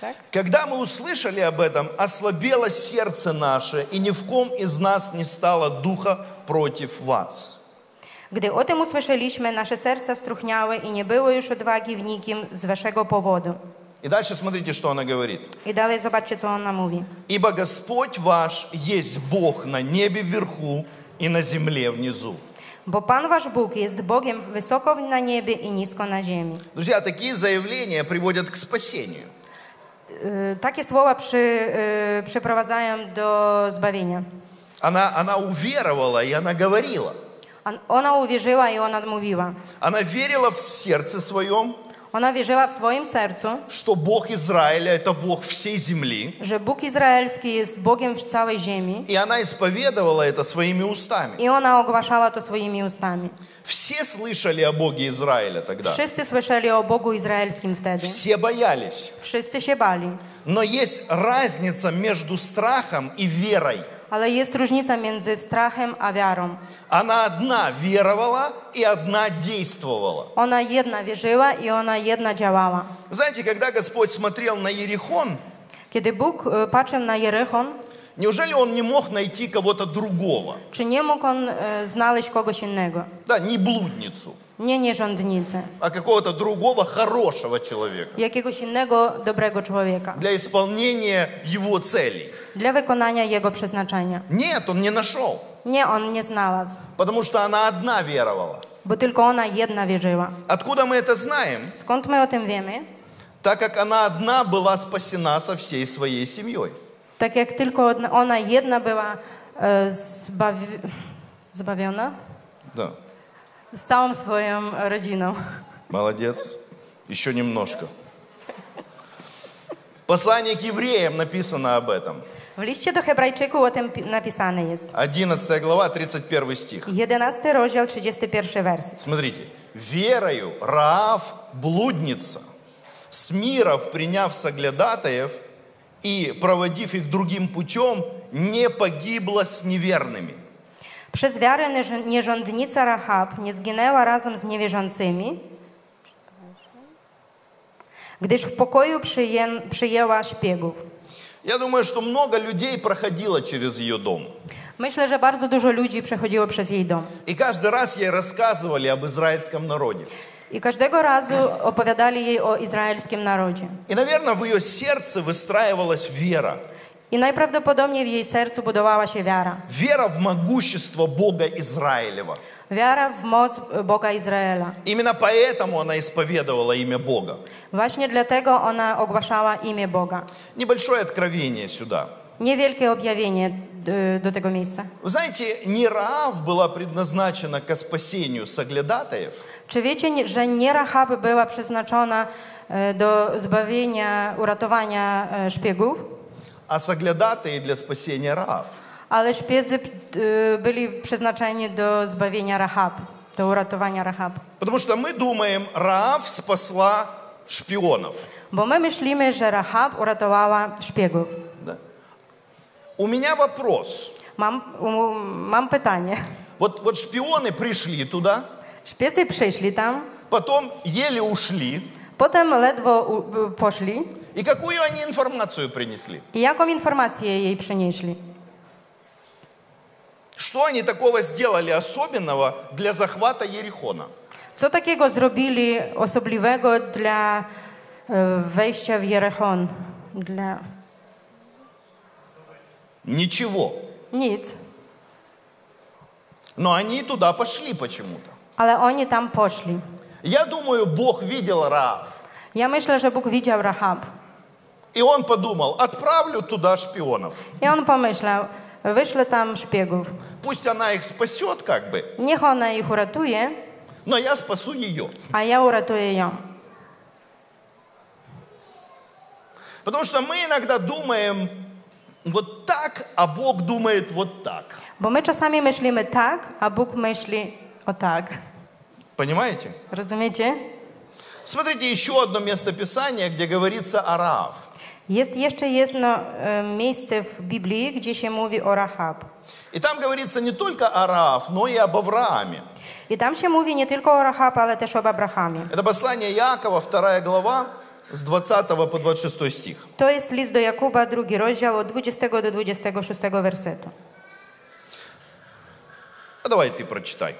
Speaker 2: Tak?
Speaker 1: Когда мы услышали об этом, ослабело сердце наше, и ни в ком из нас не стало духа против вас.
Speaker 2: Gdy o tym usłyszeliśmy, nasze serca struchniały i nie było już odwagi w nikim z waszego powodu.
Speaker 1: И дальше смотрите, что она говорит.
Speaker 2: I dalej zobaczcie, co on nam mówi.
Speaker 1: «Ибо Господь ваш есть Бог на небе вверху и на земле внизу».
Speaker 2: Bo Pan wasz Bóg jest Bogiem wysoko na niebie i nisko na ziemi.
Speaker 1: Друзья, такие заявления приводят к спасению.
Speaker 2: Y, Takie słowa przy, y, przyprowadzają do zbawienia.
Speaker 1: Она, она уверовала, и она говорила.
Speaker 2: On- Ona uwierzyła i ona mówiła.
Speaker 1: Она верила в сердце своем,
Speaker 2: Ona wierzyła w swoim sercu,
Speaker 1: что Бог Израиля – это Бог всей земли.
Speaker 2: że Bóg Izraelski jest Bogiem w całej ziemi
Speaker 1: И она исповедовала это своими устами.
Speaker 2: i ona ogłaszała to swoimi ustami.
Speaker 1: Все слышали о Боге Израиля тогда.
Speaker 2: Wszyscy słyszeli o Bogu Izraelskim wtedy.
Speaker 1: Все боялись.
Speaker 2: Wszyscy się bali.
Speaker 1: Но есть разница между страхом и верой.
Speaker 2: Ale jest różnica między strachem a wiarą.
Speaker 1: Она одна веровала и одна действовала.
Speaker 2: Ona jedna wierzyła i ona jedna działała.
Speaker 1: Вы знаете, когда Господь смотрел на Ерихон,
Speaker 2: Kiedy Bóg e, patrzył na Jerichon,
Speaker 1: неужели Он не мог найти кого-то другого?
Speaker 2: czy nie mógł on e, znaleźć kogoś innego?
Speaker 1: Да, не блудницу,
Speaker 2: Nie nierządnicy,
Speaker 1: а какого-то другого хорошего человека
Speaker 2: jakiegoś innego dobrego człowieka
Speaker 1: для исполнения его целей.
Speaker 2: dla wykonania jego przeznaczenia.
Speaker 1: Нет, он не нашел,
Speaker 2: Nie, on nie znalazł,
Speaker 1: потому что она одна веровала.
Speaker 2: bo tylko ona jedna wierzyła.
Speaker 1: Откуда мы это знаем?
Speaker 2: Skąd my o tym wiemy?
Speaker 1: Так как она одна была спасена со всей своей семьей.
Speaker 2: Tak jak tylko odna- ona jedna była e, zbawi zbawiona
Speaker 1: Да.
Speaker 2: z całą swoją rodziną.
Speaker 1: Молодец. Еще немножко. Послание к евреям написано об этом.
Speaker 2: W liście do Hebrajczyków o tym pi- napisane jest.
Speaker 1: 11 глава, 31 стих.
Speaker 2: 11 rozdział, 31 werset.
Speaker 1: Смотрите. «Верою Раав блудница, с миров приняв соглядатаев и проводив их другим путем, не погибла с неверными».
Speaker 2: Przez wiarę nierz- nierządnica Rahab nie zginęła razem z niewierzącymi, gdyż w pokoju przyję, przyjęła szpiegów.
Speaker 1: Я думаю, что много людей проходило через ее дом.
Speaker 2: Myślę, że bardzo dużo ludzi przechodziło przez jej dom.
Speaker 1: И каждый раз ей рассказывали об израильском народе.
Speaker 2: I każdego razu opowiadali jej o izraelskim narodzie.
Speaker 1: И, наверное, в ее сердце выстраивалась вера.
Speaker 2: I najprawdopodobniej w jej sercu budowała się wiara.
Speaker 1: Вера в могущество Бога Израилева.
Speaker 2: Wiara w moc Boga Izraela.
Speaker 1: Именно поэтому она исповедовала имя Бога.
Speaker 2: Właśnie dlatego ona ogłaszała imię Boga.
Speaker 1: Небольшое откровение сюда.
Speaker 2: Niewielkie objawienie y, do tego miejsca.
Speaker 1: Вы знаете, не Раав была предназначена к спасению соглядатаев,
Speaker 2: Czy wiecie, nie- że nie Rahab była przeznaczona e, do zbawienia, uratowania e, szpiegów,
Speaker 1: а соглядатые для спасения Раав.
Speaker 2: ale szpiedzy e, byli przeznaczeni do zbawienia Rahab, do uratowania Rahab.
Speaker 1: Потому что мы думаем, Раав спасла шпионов.
Speaker 2: Bo my myślimy, że Rahab uratowała szpiegów.
Speaker 1: Да? У меня вопрос.
Speaker 2: Mam, um, mam pytanie.
Speaker 1: Вот, вот шпионы пришли туда,
Speaker 2: Szpiecy przyszli tam,
Speaker 1: потом еле ушли.
Speaker 2: potem ledwo u, poszli.
Speaker 1: И какую они информацию принесли?
Speaker 2: I jaką informację jej przynieśli?
Speaker 1: Что они такого сделали особенного для захвата Ерихона?
Speaker 2: Co takiego zrobili osobliwego dla e, wejścia w Jerechon? Dla...
Speaker 1: Ничего.
Speaker 2: Nic,
Speaker 1: Но они туда пошли почему-то.
Speaker 2: ale oni tam poszli.
Speaker 1: Я думаю, Бог видел Раав.
Speaker 2: Ja myślę, że Bóg widział Rahab.
Speaker 1: И он подумал, отправлю туда шпионов.
Speaker 2: I on pomyślał, wyślę tam szpiegów.
Speaker 1: Пусть она их спасет как бы,
Speaker 2: Niech ona ich uratuje,
Speaker 1: но я спасу ее.
Speaker 2: a ja uratuję ją.
Speaker 1: Потому что мы иногда думаем вот так, а Бог думает вот так.
Speaker 2: Bo my czasami myślimy tak, a Bóg myśli o tak.
Speaker 1: Понимаете?
Speaker 2: Rozumiecie?
Speaker 1: Смотрите еще одно местописание, где говорится о Раав.
Speaker 2: Jest jeszcze jedno e, miejsce w Biblii, gdzie się mówi o Rahab.
Speaker 1: И там говорится не только о Раав, но и об Аврааме.
Speaker 2: I tam się mówi nie tylko o Rahab, ale też o Abrahamie.
Speaker 1: Это послание Иакова, 2 глава, с 20 по 26 стих.
Speaker 2: To jest list do Jakuba, drugi rozdział od 20 do 26 wersetu.
Speaker 1: А давай ты прочитай.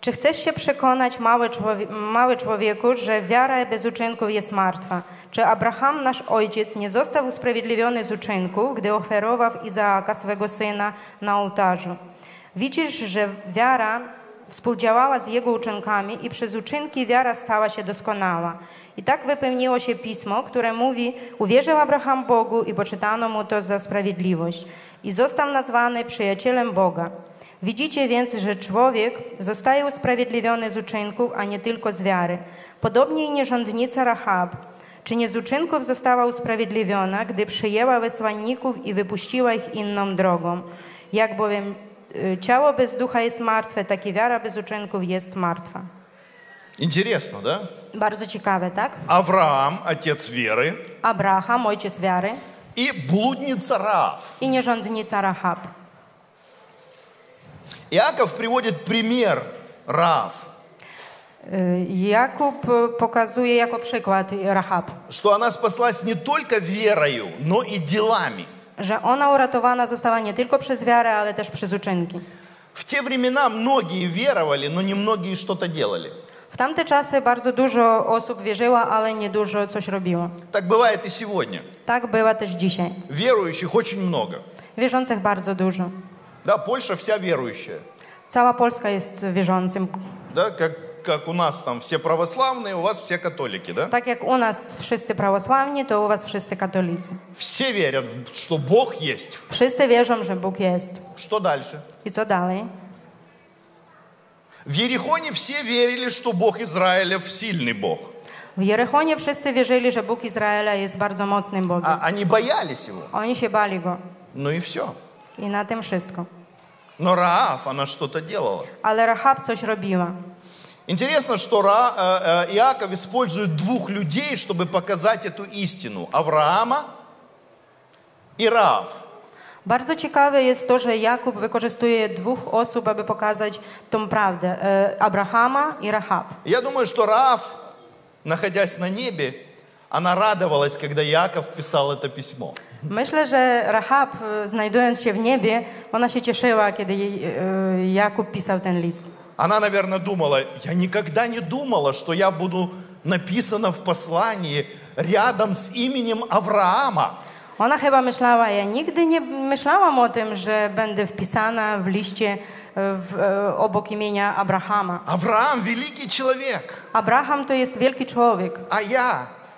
Speaker 2: Czy chcesz się przekonać, mały, człowie- mały człowieku, że wiara bez uczynków jest martwa? Czy Abraham, nasz ojciec, nie został usprawiedliwiony z uczynków, gdy oferował Izaaka, swego syna, na ołtarzu? Widzisz, że wiara współdziałała z jego uczynkami i przez uczynki wiara stała się doskonała. I tak wypełniło się pismo, które mówi: Uwierzył Abraham Bogu i poczytano mu to za sprawiedliwość. I został nazwany przyjacielem Boga. Widzicie więc, że człowiek zostaje usprawiedliwiony z uczynków, a nie tylko z wiary. Podobnie i nierządnica Rahab. Czy nie z uczynków została usprawiedliwiona, gdy przyjęła wysłanników i wypuściła ich inną drogą? Jak bowiem y, ciało bez ducha jest martwe, tak i wiara bez uczynków jest martwa.
Speaker 1: Интересно, да?
Speaker 2: Bardzo ciekawe, tak?
Speaker 1: Авраам, отец веры,
Speaker 2: Abraham, ojciec wiary
Speaker 1: и блудница Раав.
Speaker 2: i nierządnica Rahab.
Speaker 1: Иаков приводит пример Раав,
Speaker 2: Y, Jakub y, pokazuje jako przykład Rahab.
Speaker 1: что она спаслась не только верою, но и делами.
Speaker 2: że ona uratowana została nie tylko przez wiarę, ale też przez uczynki.
Speaker 1: В те времена многие веровали, но немногие что-то делали.
Speaker 2: W tamte czasy bardzo dużo osób wierzyło, ale nie dużo coś robiło.
Speaker 1: Так бывает и сегодня.
Speaker 2: Tak była też dzisiaj.
Speaker 1: Верующих очень много.
Speaker 2: Wierzących bardzo dużo.
Speaker 1: Да, Польша вся верующая.
Speaker 2: Cała Polska jest wierzącym.
Speaker 1: Да, как, как у нас там все православные, у вас все католики, да?
Speaker 2: Tak jak u nas wszyscy prawosławni, to u was wszyscy katolicy.
Speaker 1: Все верят, в- что Бог есть.
Speaker 2: Wszyscy wierzą, że Bóg jest.
Speaker 1: Что дальше?
Speaker 2: I co dalej?
Speaker 1: В Ерехоне все верили, что Бог Израилев сильный Бог.
Speaker 2: W Jerechonie wszyscy wierzyli, że Bóg Izraela jest bardzo mocnym Bogiem.
Speaker 1: А они боялись его.
Speaker 2: Oni się bali go.
Speaker 1: Ну и все.
Speaker 2: I na tym wszystko.
Speaker 1: Но Раав, она что-то делала.
Speaker 2: Ale Rahab coś robiła.
Speaker 1: Интересно, что Ра- э, э, Иаков использует двух людей, чтобы показать эту истину. Авраама и Раав.
Speaker 2: Bardzo ciekawe jest to, że Jakub wykorzystuje dwóch osób, aby pokazać tą prawdę: e, Abrahama i Rahab.
Speaker 1: Я думаю, что Раав, находясь на небе, она радовалась, когда Иаков писал это письмо.
Speaker 2: Myślę, że Rahab, e, znajdując się w niebie, ona się cieszyła, kiedy jej, e, Jakub pisał ten list.
Speaker 1: Она, наверное, думала, я никогда не думала, что я буду написана в послании рядом с именем Авраама.
Speaker 2: Ona chyba myślała, ja nigdy nie myślałam o tym, że będę wpisana w liście e, w, e, obok imienia Abrahama.
Speaker 1: Авраам – великий человек,
Speaker 2: Abraham to jest wielki człowiek,
Speaker 1: а я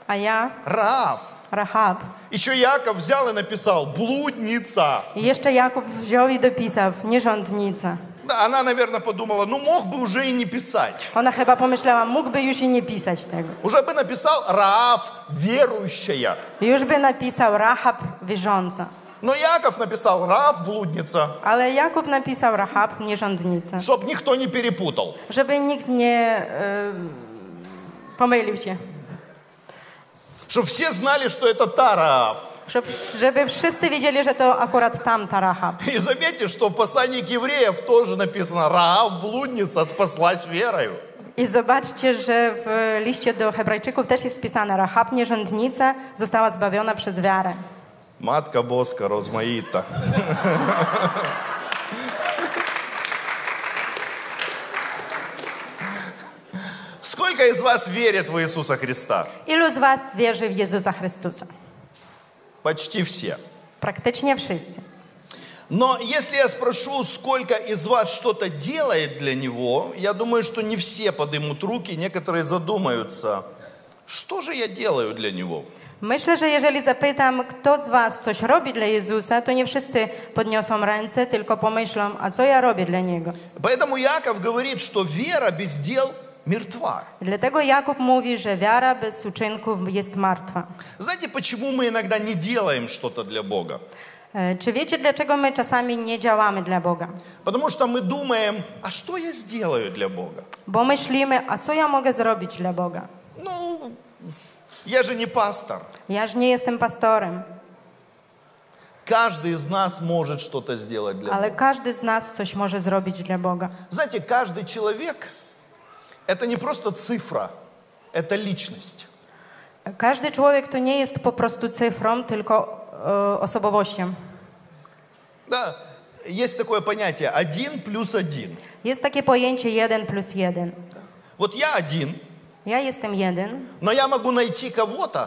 Speaker 2: a ja
Speaker 1: – Раав.
Speaker 2: Rahab.
Speaker 1: Еще Яков взял и написал «блудница».
Speaker 2: I jeszcze Jakub wziął i dopisał, nierządnica.
Speaker 1: Да, она, наверное, подумала, ну мог бы уже и не писать.
Speaker 2: Ona chyba pomyślała, mógłby już i nie pisać tego.
Speaker 1: Уже бы написал Раав верующая.
Speaker 2: Już by napisał Rahab wierząca.
Speaker 1: Но Яков написал Раав блудница,
Speaker 2: Ale Jakub napisał Rahab nierządnicę,
Speaker 1: чтоб никто не перепутал.
Speaker 2: żeby nikt nie e, pomylił się.
Speaker 1: Чтоб все знали, что это та Раав.
Speaker 2: Żeby, żeby wszyscy wiedzieli, że to akurat tamta Rahab.
Speaker 1: И заметьте, что в послании к евреев тоже написано «Раав блудница спаслась верою».
Speaker 2: I zobaczcie, że w liście do Hebrajczyków też jest wpisane Rahab nierządnica została zbawiona przez wiarę.
Speaker 1: Матка Боска Розмаїта. Сколько из вас верит в Иисуса Христа?
Speaker 2: Ilu z was wierzy w Jezusa Chrystusa?
Speaker 1: Почти все.
Speaker 2: Praktycznie wszyscy.
Speaker 1: Но если я спрошу, сколько из вас что-то делает для Него, я думаю, что не все поднимут руки, некоторые задумаются, что же я делаю для Него?
Speaker 2: Myślę, że jeżeli zapytam, kto z Was coś robi dla Jezusa, to nie wszyscy podniosą ręce, tylko pomyślą, a co ja robię dla Niego.
Speaker 1: Поэтому Яков говорит, что вера без дел мертва.
Speaker 2: Dlatego Jakub mówi, że wiara bez uczynków jest martwa.
Speaker 1: Знаете, почему мы иногда не делаем что-то для Бога?
Speaker 2: E, Czy wiecie, dlaczego my czasami nie działamy dla Boga?
Speaker 1: Потому что мы думаем, а что я сделаю для Бога?
Speaker 2: Bo myślimy, a co ja mogę zrobić dla Boga?
Speaker 1: Ну, Я же не пастор.
Speaker 2: Ja ж nie jestem pastorem,
Speaker 1: Каждый из нас может что-то сделать для
Speaker 2: ale
Speaker 1: Бога.
Speaker 2: każdy z nas coś może zrobić dla Boga.
Speaker 1: Знаете, каждый человек – это не просто цифра, это личность.
Speaker 2: Każdy człowiek to nie jest po prostu cyfrą, tylko e, osobowością.
Speaker 1: Да, есть такое понятие «один плюс один».
Speaker 2: Jest takie pojęcie jeden plus jeden.
Speaker 1: Вот я один,
Speaker 2: Ja jestem jeden,
Speaker 1: но я могу найти кого-то,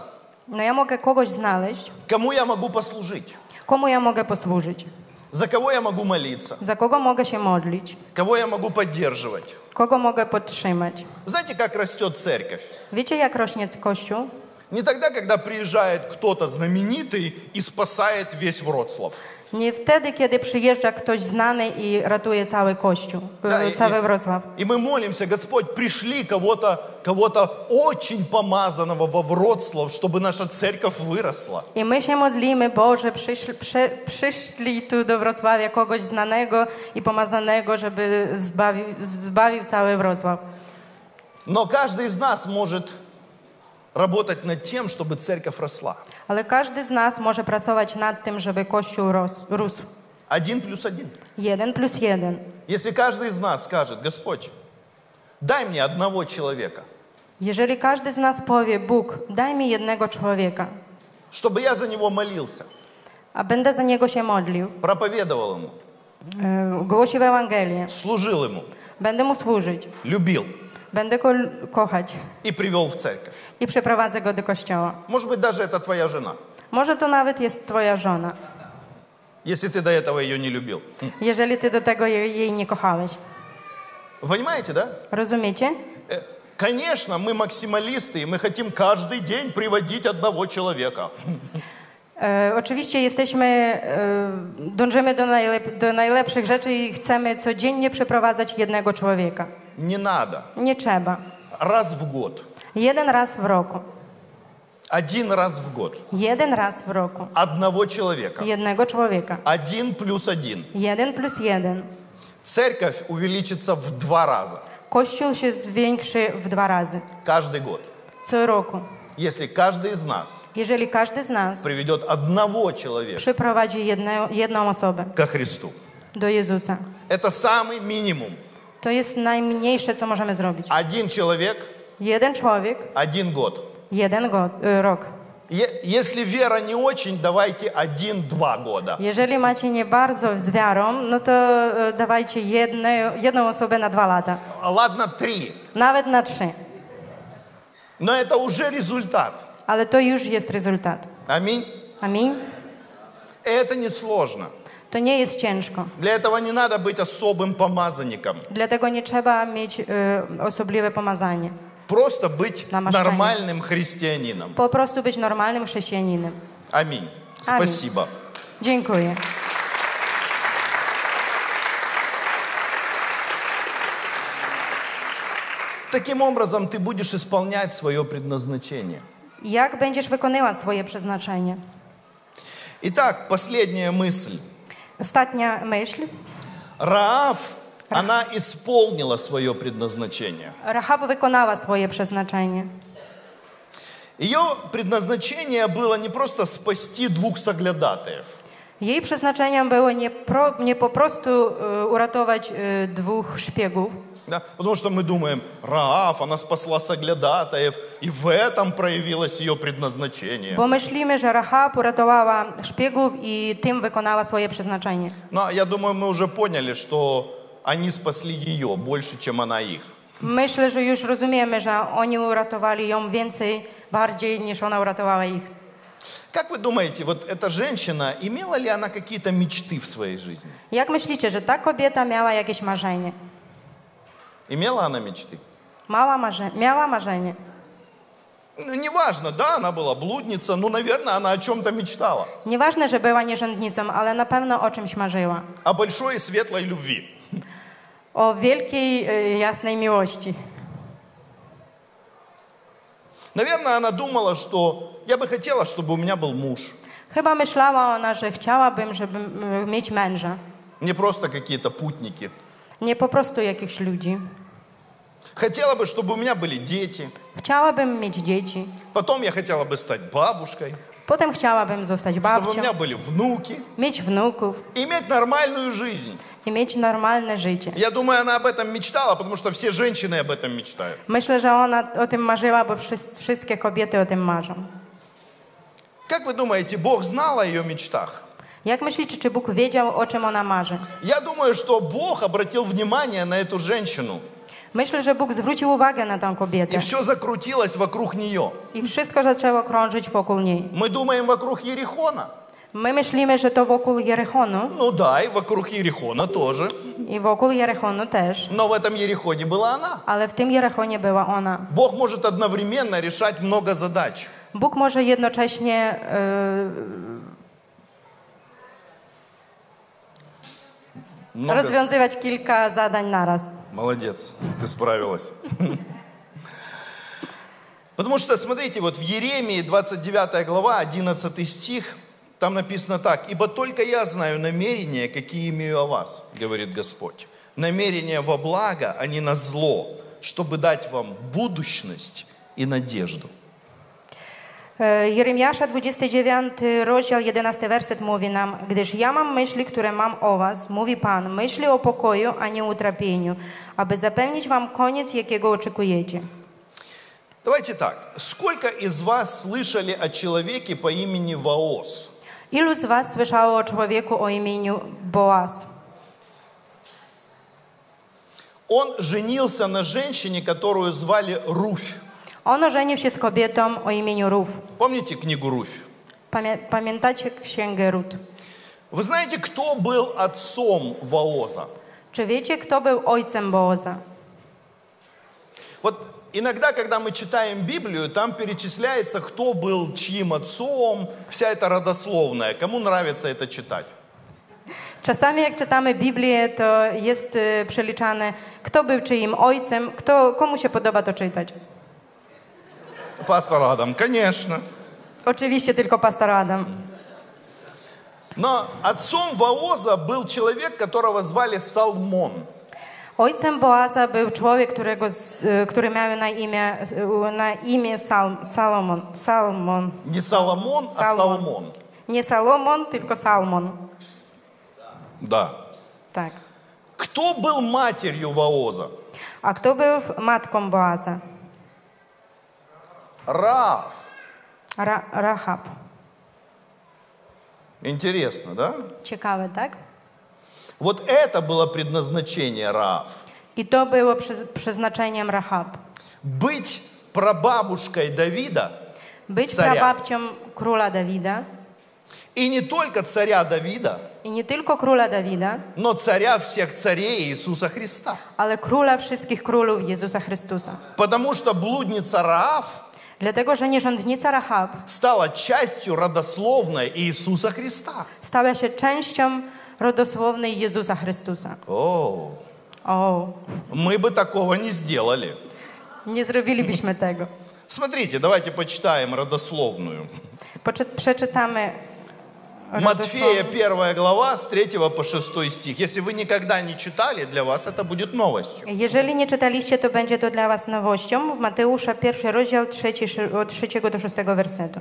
Speaker 2: no ja mogę kogoś znaleźć,
Speaker 1: кому я могу послужить,
Speaker 2: komu ja mogę posłużyć,
Speaker 1: за кого я могу молиться,
Speaker 2: za kogo mogę się modlić,
Speaker 1: кого я могу поддерживать.
Speaker 2: kogo mogę podtrzymać.
Speaker 1: Знаете, как растет церковь?
Speaker 2: Wiecie, jak rośnie Kościół?
Speaker 1: Не тогда, когда приезжает кто-то знаменитый и спасает весь Вроцлав.
Speaker 2: Nie wtedy, kiedy przyjeżdża ktoś znany i ratuje cały Kościół,
Speaker 1: Да, и-
Speaker 2: cały
Speaker 1: и-
Speaker 2: Wrocław.
Speaker 1: И мы молимся, Господь, пришли кого-то, кого-то очень помазанного во Вроцлав, чтобы наша церковь выросла.
Speaker 2: I my się modlimy, Boże, przyszli, prze, przyszli tu do Wrocławia kogoś znanego i pomazanego, żeby zbawił, zbawił cały Wrocław.
Speaker 1: Но каждый из нас может работать над тем, чтобы церковь росла.
Speaker 2: Ale każdy z nas może pracować nad tym, żeby Kościół ros, rósł.
Speaker 1: Один плюс один.
Speaker 2: Jeden plus jeden.
Speaker 1: Если каждый из нас скажет, Господь, дай мне одного человека,
Speaker 2: Jeżeli każdy z nas powie, Bóg, daj mi jednego człowieka,
Speaker 1: чтобы я за него молился,
Speaker 2: a będę za niego się modlił,
Speaker 1: проповедовал ему,
Speaker 2: e, głosił Ewangelię,
Speaker 1: служил ему,
Speaker 2: będę mu służyć,
Speaker 1: любил
Speaker 2: będę go l- kochać
Speaker 1: и привел в церковь.
Speaker 2: i przeprowadzę go do kościoła.
Speaker 1: Может быть, даже это твоя жена,
Speaker 2: Może to nawet jest twoja żona,
Speaker 1: если ты до этого ее не любил. Хм.
Speaker 2: jeżeli ty do tego jej, jej nie kochałeś.
Speaker 1: Вы Понимаете, да?
Speaker 2: Rozumiecie?
Speaker 1: Э, Конечно, мы максималисты, и мы хотим каждый день приводить одного человека.
Speaker 2: E, oczywiście jesteśmy, e, dążymy do, najlep- do najlepszych rzeczy i chcemy codziennie przeprowadzać jednego człowieka.
Speaker 1: Не надо.
Speaker 2: Nie trzeba.
Speaker 1: Раз в год.
Speaker 2: Jeden raz w roku.
Speaker 1: Один раз в год.
Speaker 2: Jeden raz w roku.
Speaker 1: Одного человека.
Speaker 2: Jednego człowieka.
Speaker 1: Один плюс один.
Speaker 2: Jeden plus jeden.
Speaker 1: Церковь увеличится в два раза
Speaker 2: Kościół się zwiększy w dwa razy.
Speaker 1: каждый год.
Speaker 2: Co roku.
Speaker 1: Если каждый из нас
Speaker 2: Jeżeli każdy z nas
Speaker 1: приведет одного человека
Speaker 2: przyprowadzi jedną, jedną osobę
Speaker 1: ко Христу.
Speaker 2: do Jezusa,
Speaker 1: Это самый минимум.
Speaker 2: to jest najmniejsze, co możemy zrobić.
Speaker 1: Один человек,
Speaker 2: Jeden człowiek,
Speaker 1: один год.
Speaker 2: jeden go- y, rok.
Speaker 1: Е- Если вера не очень, давайте один-два года.
Speaker 2: Jeżeli macie nie bardzo z wiarą, no to e, dawajcie jedne, jedną osobę na dwa lata,
Speaker 1: А Ладно, три.
Speaker 2: nawet na trzy,
Speaker 1: Но это уже результат.
Speaker 2: ale to już jest rezultat.
Speaker 1: Аминь.
Speaker 2: Amin?
Speaker 1: Это несложно.
Speaker 2: To nie jest ciężko.
Speaker 1: Для этого не надо быть особым помазанником.
Speaker 2: Dlatego nie trzeba mieć y, osobliwe pomazanie.
Speaker 1: Просто быть
Speaker 2: Намаштане.
Speaker 1: нормальным христианином.
Speaker 2: Po prostu być normalnym chrześcijaninem.
Speaker 1: Аминь.
Speaker 2: Аминь.
Speaker 1: Спасибо.
Speaker 2: Dziękuję.
Speaker 1: Таким образом, ты будешь исполнять свое предназначение.
Speaker 2: Jak będziesz wykonała swoje przeznaczenie?
Speaker 1: Итак, последняя мысль.
Speaker 2: Ostatnia myśl.
Speaker 1: Раав, она исполнила свое предназначение.
Speaker 2: Rahab wykonała swoje przeznaczenie.
Speaker 1: Ее предназначение было не просто spасти двух соглядатаев.
Speaker 2: Jej przeznaczeniem było nie, pro, nie po prostu y, uratować y, dwóch szpiegów,
Speaker 1: Да? Потому что мы думаем, Раав, она спасла соглядатаев, и в этом проявилось ее предназначение.
Speaker 2: bo myślimy, że Rahab uratowała szpiegów i tym wykonała swoje przeznaczenie.
Speaker 1: Но я думаю, мы уже поняли, что они спасли ее больше, чем она их.
Speaker 2: Myślę, że już rozumiemy, że oni uratowali ją więcej, bardziej niż ona uratowała ich.
Speaker 1: Как вы думаете, вот эта женщина, имела ли она какие-то мечты в своей жизни?
Speaker 2: Jak myślicie, że ta kobieta miała jakieś marzenie?
Speaker 1: Имела она мечты?
Speaker 2: Mała marze- miała marzenie.
Speaker 1: Ну, неважно, да, она была блудница, но, наверное, она о чем-то мечтала.
Speaker 2: Nieważne, że była nierządnicą, ale na pewno o czymś marzyła.
Speaker 1: О большой и светлой любви.
Speaker 2: O wielkiej, y, jasnej miłości.
Speaker 1: Наверное, она думала, что я бы хотела, чтобы у меня был муж.
Speaker 2: Chyba myślała ona, że chciałabym, żeby m, mieć męża.
Speaker 1: Не просто какие-то путники.
Speaker 2: Nie po prostu jakichś ludzi.
Speaker 1: Хотела бы, чтобы у меня были дети.
Speaker 2: Chciałabym mieć dzieci.
Speaker 1: Потом я хотела бы стать бабушкой,
Speaker 2: Potem chciałabym zostać
Speaker 1: чтобы у
Speaker 2: babcią,
Speaker 1: меня были внуки,
Speaker 2: mieć wnuków
Speaker 1: иметь нормальную жизнь.
Speaker 2: i mieć normalne życie.
Speaker 1: Я думаю, она об этом мечтала, потому что все женщины об этом mечтают.
Speaker 2: Myślę, że ona o tym marzyła, bo wszys- wszystkie kobiety o tym marzą.
Speaker 1: Как вы думаете, Бог знал о ее мечтах?
Speaker 2: Jak myślicie, czy Bóg wiedział, o czym ona marzy?
Speaker 1: Я думаю, что Бог обратил внимание на эту женщину,
Speaker 2: Myślę, że Bóg zwrócił uwagę na tę
Speaker 1: и
Speaker 2: kobietę
Speaker 1: все закрутилось вокруг nее.
Speaker 2: i wszystko zaczęło krążyć wokół niej.
Speaker 1: Мы думаем вокруг Ерихона.
Speaker 2: My myślimy, że to wokół Jerechonu
Speaker 1: Ну да, и вокруг Ерихона тоже.
Speaker 2: i wokół Jerechonu też,
Speaker 1: Но в этом Ерихоне была она.
Speaker 2: ale w tym Jerechonie była ona.
Speaker 1: Бог может одновременно решать много задач.
Speaker 2: Bóg może jednocześnie e,
Speaker 1: Много-
Speaker 2: rozwiązywać kilka zadań naraz.
Speaker 1: Молодец, ты справилась. Потому что, смотрите, вот в Еремии 29 глава, 11 стих, там написано так. «Ибо только я знаю намерения, какие имею о вас, говорит Господь. Намерения во благо, а не на зло, чтобы дать вам будущность и надежду».
Speaker 2: E, Jeremiasza 29, rozdział 11, werset mówi nam, gdyż ja mam myśli, które mam o was, mówi Pan, myśli o pokoju, a nie utrapieniu, aby zapewnić wam koniec, jakiego oczekujecie.
Speaker 1: Давайте так. Сколько из вас слышали о человеке по имени Ваос?
Speaker 2: Ilu z was słyszało o człowieku o imieniu Boaz?
Speaker 1: Он женился на женщине, которую звали Руфь.
Speaker 2: On ożenił się z kobietą o imieniu Ruf.
Speaker 1: Помните книгу Руфь?
Speaker 2: Pamię pamiętacie księgę Rut?
Speaker 1: Вы знаете, кто был отцом Вооза?
Speaker 2: Czy wiecie, kto był ojcem Boaza?
Speaker 1: Вот иногда, когда мы читаем Библию, там перечисляется, кто был чьим отцом, вся эта родословная. Кому нравится это читать?
Speaker 2: Czasami jak czytamy Biblię, to jest y, przeliczane, kto był czyim ojcem, kto, komu się podoba to czytać.
Speaker 1: Пастор Адам, конечно.
Speaker 2: Oczywiście tylko pastor Adam.
Speaker 1: Но отцом Вооза был человек, которого звали Салмон.
Speaker 2: Ojcem Boaza był człowiek, którego, z- y, który miał na imię, y, na imię Sal, Salomon. Salmon.
Speaker 1: Не Соломон, а
Speaker 2: Салмон.
Speaker 1: Салмон.
Speaker 2: Nie Salomon, tylko Salmon.
Speaker 1: Да.
Speaker 2: Tak.
Speaker 1: Кто был матерью Вооза?
Speaker 2: A kto był matką Boaza?
Speaker 1: Раав.
Speaker 2: Ra, Rahab.
Speaker 1: Интересно, да?
Speaker 2: Ciekawe, tak?
Speaker 1: Вот это было предназначение Раав.
Speaker 2: I to było przy, przeznaczeniem Rahab.
Speaker 1: Быть прабабушкой Давида,
Speaker 2: Być
Speaker 1: Zaria.
Speaker 2: prababcią króla Dawida
Speaker 1: и не только царя Давида,
Speaker 2: i nie tylko króla Dawida,
Speaker 1: но царя всех царей Иисуса Христа.
Speaker 2: ale króla wszystkich królów Jezusa Chrystusa.
Speaker 1: Потому что блудница Раав
Speaker 2: Dlatego, że nierządnica Rahab
Speaker 1: стала частью родословной Иисуса Христа.
Speaker 2: stała się częścią rodosłownej Jezusa Chrystusa.
Speaker 1: О,
Speaker 2: O,
Speaker 1: мы бы такого не сделали.
Speaker 2: nie zrobilibyśmy tego.
Speaker 1: Смотрите, давайте почитаем родословную.
Speaker 2: Poczy- przeczytamy А
Speaker 1: Матфея
Speaker 2: rodosłowną-
Speaker 1: 1 глава с 3 по 6 стих. Если вы никогда не читали, для вас это будет новостью.
Speaker 2: Jeżeli nie czytaliście, to będzie to dla was nowością. Mateusza pierwszy rozdział trzeci, szy- od trzeciego do szóstego wersetu.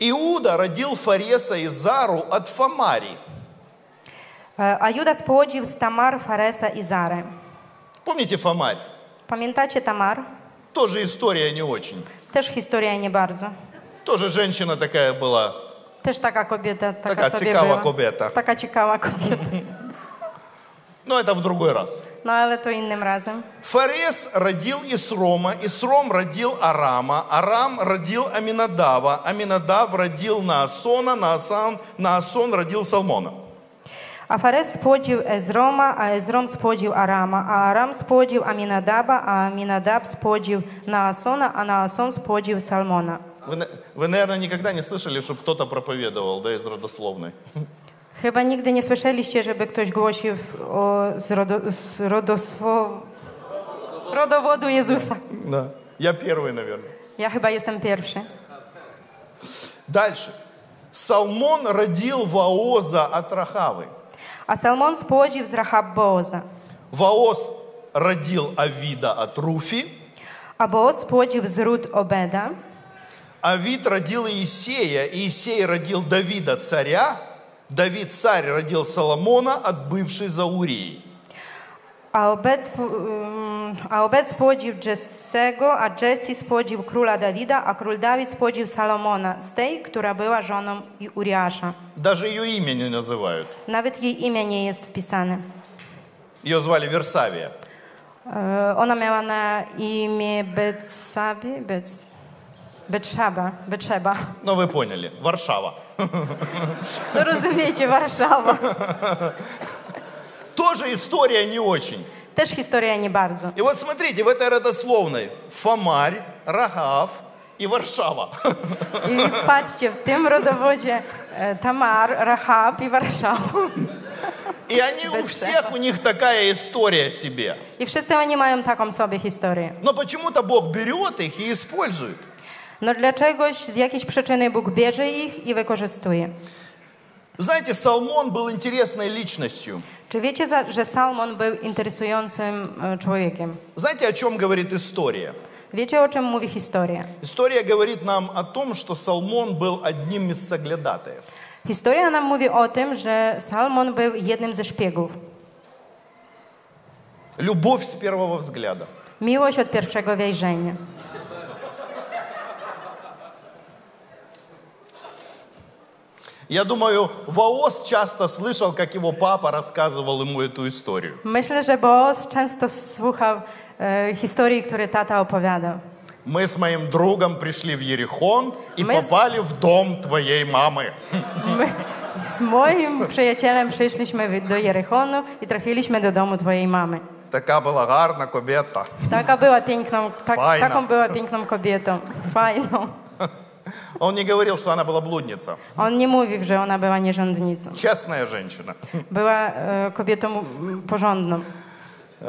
Speaker 1: Иуда родил Фареса и Зару от Фамари.
Speaker 2: E, A Judas połodził z Tamar, Faresa i Zarę.
Speaker 1: Помните Фомарь?
Speaker 2: Pamiętacie Tamar?
Speaker 1: Тоже история не очень.
Speaker 2: Też historia nie bardzo.
Speaker 1: Тоже женщина такая была.
Speaker 2: Też taka kobieta, taka,
Speaker 1: Taka
Speaker 2: sobie
Speaker 1: ciekawa
Speaker 2: była.
Speaker 1: kobieta.
Speaker 2: Taka ciekawa kobieta.
Speaker 1: Но это в другой раз.
Speaker 2: No ale to innym razem.
Speaker 1: Фарес родил Исрома, Исром родил Арама, Арам родил Аминадава, Аминадав родил Наасона, Наасон, Наасон родил Салмона.
Speaker 2: A Fares spłodził Ezroma, a Ezrom spłodził Arama, a Aram spłodził Aminadaba, a Aminadab spłodził Naasona, a Naason spłodził Salmona.
Speaker 1: Вы, на- вы, наверное, никогда не слышали, чтобы кто-то проповедовал, да, из родословной.
Speaker 2: Chyba nigdy nie słyszeliście, żeby ktoś głosił o, z, rodo, z rodoswo, rodowodu Jezusa.
Speaker 1: Да. Я первый, наверное.
Speaker 2: Ja chyba jestem pierwszy.
Speaker 1: Дальше. Салмон родил Ваоза от Рахавы.
Speaker 2: A Salmon spłodził z Rahab Booza.
Speaker 1: Ваоз родил Авида от Руфи,
Speaker 2: А Господь взрут обеда,
Speaker 1: Авид родил Иисея, Иисей родил Давида царя, Давид царь родил Соломона от бывшей Заурии.
Speaker 2: а обед, сп- м, а обед сподів Джесего, а Джесі сподів króla Dawida, a król Dawid spłodził Salomona, z tej, która była żoną i Uriasza.
Speaker 1: Даже ее имя не называют.
Speaker 2: Nawet jej imię nie jest wpisane.
Speaker 1: Ее звали Версавия.
Speaker 2: E, Ona miała na imię Betsabi, Bets, Betrzaba, Betrzeba.
Speaker 1: Ну, вы поняли, Варшава.
Speaker 2: No rozumiecie, Warszawa.
Speaker 1: Тоже история не очень.
Speaker 2: Też historia nie bardzo.
Speaker 1: И вот смотрите, в этой родословной Фомарь, Рахав и Варшава.
Speaker 2: I patrzcie, w tym rodowodzie e, Tamar, Rahab i Warszawa.
Speaker 1: И они у
Speaker 2: Бетсеба.
Speaker 1: всех, у них такая история себе.
Speaker 2: I wszyscy oni mają taką sobie historię.
Speaker 1: Но почему-то Бог берет их и использует.
Speaker 2: No dlaczegoś, z jakiejś przyczyny Bóg bierze ich i wykorzystuje.
Speaker 1: Знаете, Салмон был интересной личностью.
Speaker 2: Czy wiecie, za- że Salmon był interesującym e, człowiekiem?
Speaker 1: Знаете, о чем говорит история?
Speaker 2: Wiecie, o czym mówi historia?
Speaker 1: История говорит нам о том, что Салмон был одним из соглядатаев.
Speaker 2: Historia nam mówi o tym, że Salmon był jednym ze szpiegów.
Speaker 1: Любовь с первого взгляда.
Speaker 2: Miłość od pierwszego wejrzenia.
Speaker 1: Я думаю, Ваос часто слышал, как его папа рассказывал ему эту историю.
Speaker 2: Myślę, że Boaz często słuchał e, historii, które tata opowiadał.
Speaker 1: Мы с моим другом пришли в Ерехон и
Speaker 2: Мы с-
Speaker 1: попали в дом твоей мамы.
Speaker 2: My z moim przyjacielem przyszliśmy do Jerechonu i trafiliśmy do domu twojej mamy.
Speaker 1: Такая была гарна кобета.
Speaker 2: Taka była piękną, tak,
Speaker 1: Fajna.
Speaker 2: taką była piękną kobietą, fajną.
Speaker 1: А Он не говорил, что она была блудница.
Speaker 2: On nie mówił, że ona była nierządnicą.
Speaker 1: Честная женщina.
Speaker 2: Była e, kobietą mm, porządną.
Speaker 1: Э,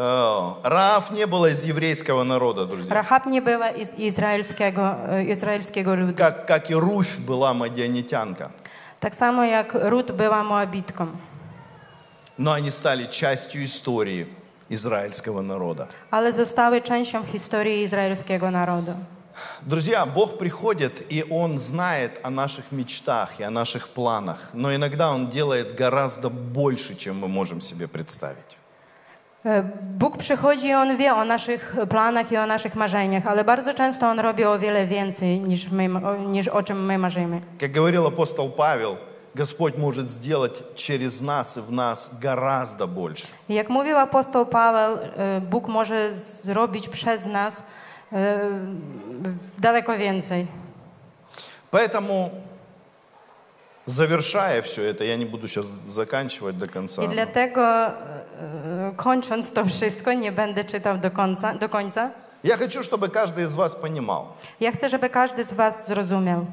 Speaker 1: Раав не было из еврейского народа, друзья.
Speaker 2: Rahab nie była z izraelskiego, e, izraelskiego ludu.
Speaker 1: Как, как и Руфь была мадианитянка.
Speaker 2: Tak samo jak Rut była Moabitką.
Speaker 1: Но они стали частью истории израильского народа.
Speaker 2: Ale zostały częścią historii izraelskiego narodu.
Speaker 1: Друзья, Бог приходит, и Он знает о наших мечтах и о наших планах, но иногда Он делает гораздо больше, чем мы можем себе представить.
Speaker 2: E, Bóg przychodzi i On wie o naszych planach i o naszych marzeniach, ale bardzo często On robi o wiele więcej niż, my, o, niż o czym my marzymy.
Speaker 1: Как говорил апостол Павел, Господь может сделать через нас и в нас гораздо больше.
Speaker 2: I Jak mówił apostoł Paweł, e, Bóg może zrobić przez nas e, daleko więcej.
Speaker 1: Поэтому, завершая все это, я не буду сейчас заканчивать до конца.
Speaker 2: I
Speaker 1: но-
Speaker 2: dlatego, e, e, kończąc to wszystko, nie będę czytał do końca, do końca.
Speaker 1: Я хочу, чтобы каждый из вас понимал,
Speaker 2: Ja chcę, żeby każdy z Was zrozumiał,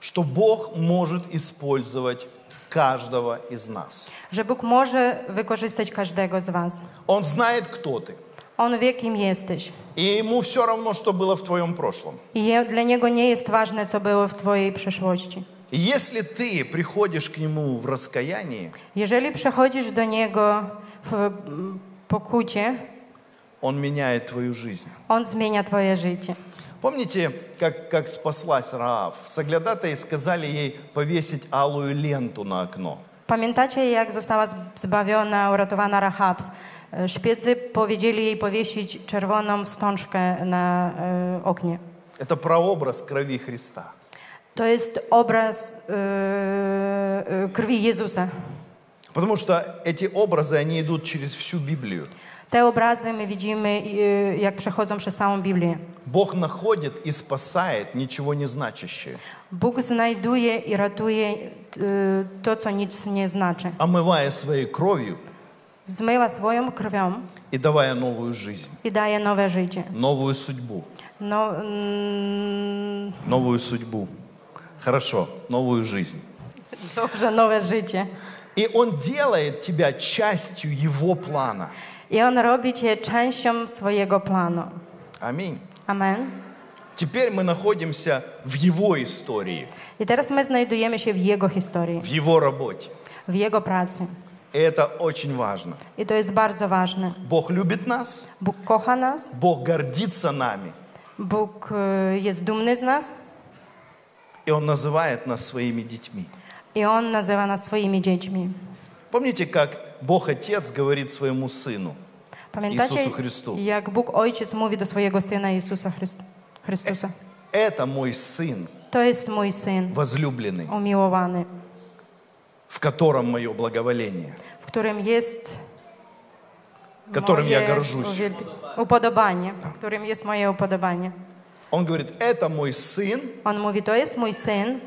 Speaker 1: что Бог может использовать каждого из нас.
Speaker 2: że Bóg może wykorzystać każdego z Was.
Speaker 1: Он знает, кто ты.
Speaker 2: On wie, kim jesteś.
Speaker 1: И ему все равно, что было в твоем прошлом.
Speaker 2: I je, dla Niego nie jest ważne, co było w Twojej przeszłości.
Speaker 1: Если ты приходишь к нему в раскаянии,
Speaker 2: Jeżeli przechodzisz do Niego w mm, pokucie,
Speaker 1: он меняет твою жизнь.
Speaker 2: On zmienia Twoje życie.
Speaker 1: Помните, как, как спаслась Раав? Соглядатые сказали ей повесить алую ленту на окно.
Speaker 2: Pamiętacie, jak została zb- zbawiona, uratowana Rahab? E, Szpiedzy powiedzieli jej powiesić czerwoną wstążkę na e, oknie.
Speaker 1: Это прообраз крови Христа.
Speaker 2: To jest obraz e, e, krwi Jezusa.
Speaker 1: Потому что эти образы, они идут через всю Библию.
Speaker 2: Te obrazy my widzimy, e, jak przechodzą przez całą Biblię.
Speaker 1: Бог находит и спасает ничего не значащее,
Speaker 2: Bóg znajduje i ratuje e, to, co nic nie znaczy.
Speaker 1: омывая своей кровью
Speaker 2: Zmywa swoją krwią
Speaker 1: и давая новую жизнь,
Speaker 2: i daje nowe życie.
Speaker 1: новую судьбу.
Speaker 2: No, mm,
Speaker 1: Новую судьбу. Хорошо, новую жизнь.
Speaker 2: dobrze, nowe życie.
Speaker 1: И Он делает тебя частью Его плана.
Speaker 2: I on robi cię częścią swojego planu.
Speaker 1: Аминь.
Speaker 2: Amen.
Speaker 1: Теперь мы находимся в Его истории,
Speaker 2: I teraz my znajdujemy się w jego historii,
Speaker 1: в Его работе.
Speaker 2: w jego pracy.
Speaker 1: И это очень важно.
Speaker 2: I to jest bardzo ważne.
Speaker 1: Bóg любит нас,
Speaker 2: Bóg kocha nas,
Speaker 1: Бог гордится нами,
Speaker 2: Bóg y, jest dumny z nas
Speaker 1: и Он называет нас своими детьми.
Speaker 2: i On nazywa nas swoimi dziećmi.
Speaker 1: Помните, как Бог Отец говорит своему Сыну?
Speaker 2: Pamiętacie,
Speaker 1: Jezusu Chrystu.
Speaker 2: jak Bóg Ojciec mówi do swojego Syna Jezusa Chryst- Chrystusa?
Speaker 1: Это мой Сын
Speaker 2: To jest mój Syn
Speaker 1: возлюбленный,
Speaker 2: umiłowany,
Speaker 1: в котором мое благоволение.
Speaker 2: w którym jest
Speaker 1: Которым
Speaker 2: moje
Speaker 1: ja горжусь.
Speaker 2: uwielb- upodobanie, w którym jest moje upodobanie.
Speaker 1: Он говорит, это мой Сын,
Speaker 2: On mówi, to jest mój Syn,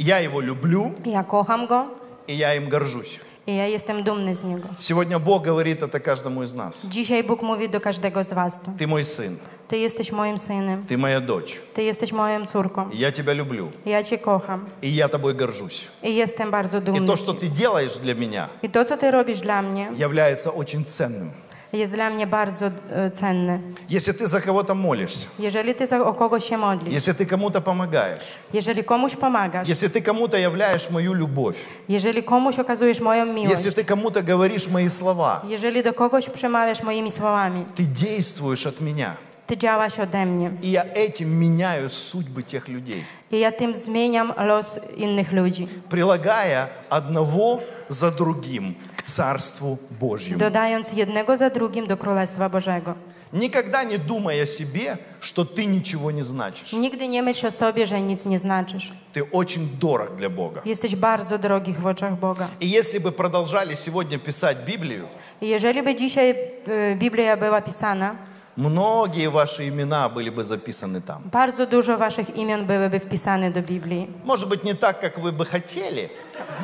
Speaker 1: я его люблю,
Speaker 2: ja kocham Go
Speaker 1: и я им горжусь.
Speaker 2: i ja jestem dumny z Niego.
Speaker 1: Сегодня Бог говорит это каждому из нас.
Speaker 2: Dzisiaj Bóg mówi do każdego z was to.
Speaker 1: Ты мой сын,
Speaker 2: Ty jesteś moim synem,
Speaker 1: ты моя дочь,
Speaker 2: ty jesteś moją córką.
Speaker 1: и я тебя люблю,
Speaker 2: Ja cię kocham
Speaker 1: и я тобой горжусь.
Speaker 2: i jestem bardzo
Speaker 1: И
Speaker 2: dumny.
Speaker 1: то,
Speaker 2: z
Speaker 1: что
Speaker 2: ciebie.
Speaker 1: ты делаешь для меня,
Speaker 2: I to, co ty robisz dla mnie,
Speaker 1: является очень ценным.
Speaker 2: jest dla mnie bardzo e, cenne.
Speaker 1: Если ты за кого-то молишься,
Speaker 2: Jeżeli ty za, o kogoś się modlisz,
Speaker 1: если ты кому-то помогаешь,
Speaker 2: jeżeli komuś pomagasz,
Speaker 1: если ты кому-то являешь мою любовь,
Speaker 2: jeżeli komuś okazujesz moją miłość,
Speaker 1: если ты кому-то говоришь мои слова,
Speaker 2: jeżeli do kogoś przemawiasz moimi słowami,
Speaker 1: ты действуешь от меня.
Speaker 2: ty działasz ode mnie.
Speaker 1: И я этим меняю судьбы тех людей,
Speaker 2: I ja tym zmieniam los innych ludzi,
Speaker 1: прилагая одного за другим к Царству Божьему.
Speaker 2: dodając jednego za drugim do Królestwa Bożego.
Speaker 1: Никогда не думай о себе, что ты ничего не значишь.
Speaker 2: Nigdy nie myśl o sobie, że nic nie znaczysz.
Speaker 1: Ты очень дорог для Бога.
Speaker 2: Jesteś bardzo drogi w oczach Boga.
Speaker 1: И если бы продолжали сегодня писать Библию,
Speaker 2: I Jeżeli by dzisiaj e, Biblia była pisana,
Speaker 1: многие ваши имена были бы записаны там.
Speaker 2: bardzo dużo waszych imion byłyby wpisane do Biblii.
Speaker 1: Может быть, не так, как вы бы хотели,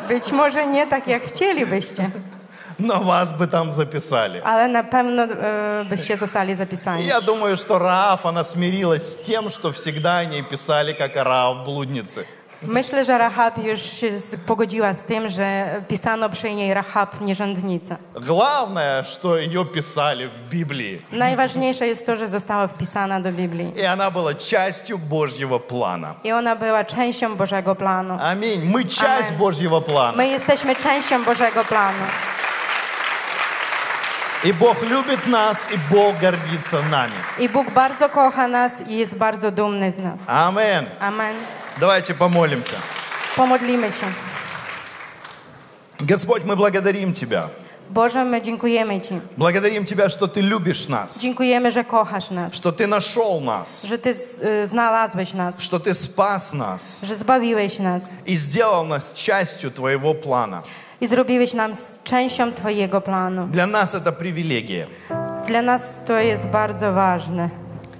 Speaker 2: Być może nie tak, jak chcielibyście,
Speaker 1: но вас бы там записали.
Speaker 2: ale na pewno e, byście zostali zapisani.
Speaker 1: Я думаю, что Раав, она смирилась с тем, что всегда о ней писали, как о Раав блуднице.
Speaker 2: Myślę, że Rahab już się z- pogodziła z tym, że pisano przy niej Rahab nierządnica.
Speaker 1: Главное, что ее писали в Библии.
Speaker 2: Najważniejsze jest to, że została wpisana do Biblii.
Speaker 1: И она была частью Божьего плана.
Speaker 2: I ona była częścią Bożego planu.
Speaker 1: Аминь. Мы часть
Speaker 2: Аминь.
Speaker 1: Божьего плана.
Speaker 2: My jesteśmy częścią Bożego planu.
Speaker 1: И Бог любит нас, и Бог гордится нами.
Speaker 2: I Bóg bardzo kocha nas i jest bardzo dumny z nas.
Speaker 1: Амен.
Speaker 2: Amen.
Speaker 1: Давайте помолимся.
Speaker 2: Pomodlimy się.
Speaker 1: Господь, мы благодарим Тебя.
Speaker 2: Boże, my dziękujemy Ci.
Speaker 1: Благодарим Тебя, что Ты любишь нас,
Speaker 2: Dziękujemy, że kochasz nas,
Speaker 1: что Ты нашел нас,
Speaker 2: że Ty z- y, znalazłeś nas,
Speaker 1: что Ты spас нас
Speaker 2: że zbawiłeś nas
Speaker 1: и сделал нас частью Твоего плана.
Speaker 2: i zrobiłeś nam z częścią Twojego planu.
Speaker 1: Для нас это привилегия.
Speaker 2: Dla nas to jest bardzo ważne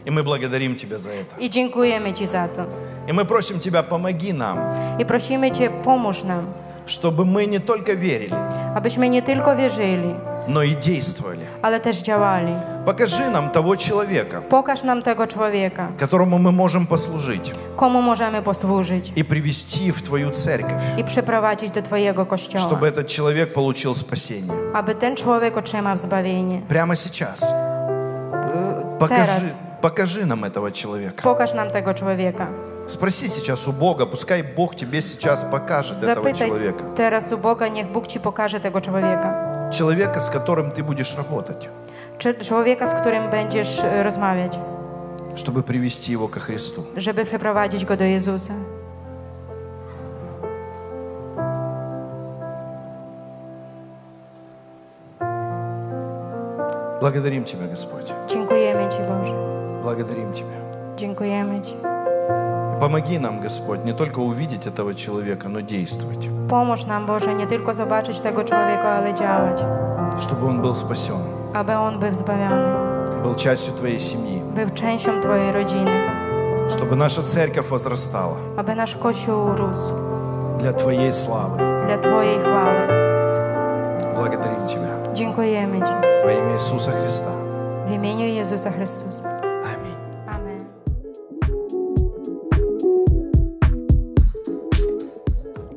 Speaker 1: И мы благодарим Тебя за это.
Speaker 2: i dziękujemy Ci za to.
Speaker 1: И мы просим Тебя, помоги нам,
Speaker 2: I prosimy Cię, pomóż nam,
Speaker 1: чтобы мы не только верили,
Speaker 2: abyśmy nie tylko wierzyli,
Speaker 1: но и действовали.
Speaker 2: ale też działali.
Speaker 1: Покажи нам того человека,
Speaker 2: Pokaż nam tego człowieka,
Speaker 1: которому мы можем послужить
Speaker 2: komu możemy posłużyć
Speaker 1: и привести в Твою церковь.
Speaker 2: i przyprowadzić do Twojego kościoła,
Speaker 1: чтобы этот человек получил спасение.
Speaker 2: aby ten człowiek otrzymał zbawienie.
Speaker 1: Прямо сейчас.
Speaker 2: Teraz
Speaker 1: Покажи, покажи нам этого человека.
Speaker 2: pokaż nam tego człowieka.
Speaker 1: Sпроси сейчас у Бога, пускай Бог тебе сейчас покажет этого
Speaker 2: Zapytaj
Speaker 1: человека.
Speaker 2: teraz u Boga, niech Bóg ci pokaże tego człowieka.
Speaker 1: Человека, с которым ты будешь работать,
Speaker 2: Czy człowieka, z którym będziesz e, rozmawiać,
Speaker 1: чтобы привести его ко Христу.
Speaker 2: żeby przeprowadzić go do Jezusa.
Speaker 1: Благодарим Тебя, Господь.
Speaker 2: Dziękujemy Ci, Boże.
Speaker 1: Благодарим Тебя.
Speaker 2: Dziękujemy Ci.
Speaker 1: Помоги нам, Господь, не только увидеть этого человека, но действовать,
Speaker 2: Pomóż nam, Boże, nie tylko zobaczyć tego człowieka, ale działać,
Speaker 1: чтобы он был спасен,
Speaker 2: aby on był zbawiony,
Speaker 1: был частью Твоей семьи,
Speaker 2: był częścią Twojej rodziny,
Speaker 1: чтобы наша церковь возрастала
Speaker 2: aby nasz Kościół rósł
Speaker 1: для Твоей славы.
Speaker 2: dla Twojej chwały.
Speaker 1: Благодарим Тебя.
Speaker 2: Dziękujemy Ci.
Speaker 1: Во имя Иисуса Христа.
Speaker 2: W imieniu Jezusa Chrystusa.
Speaker 1: Аминь.
Speaker 2: Amen.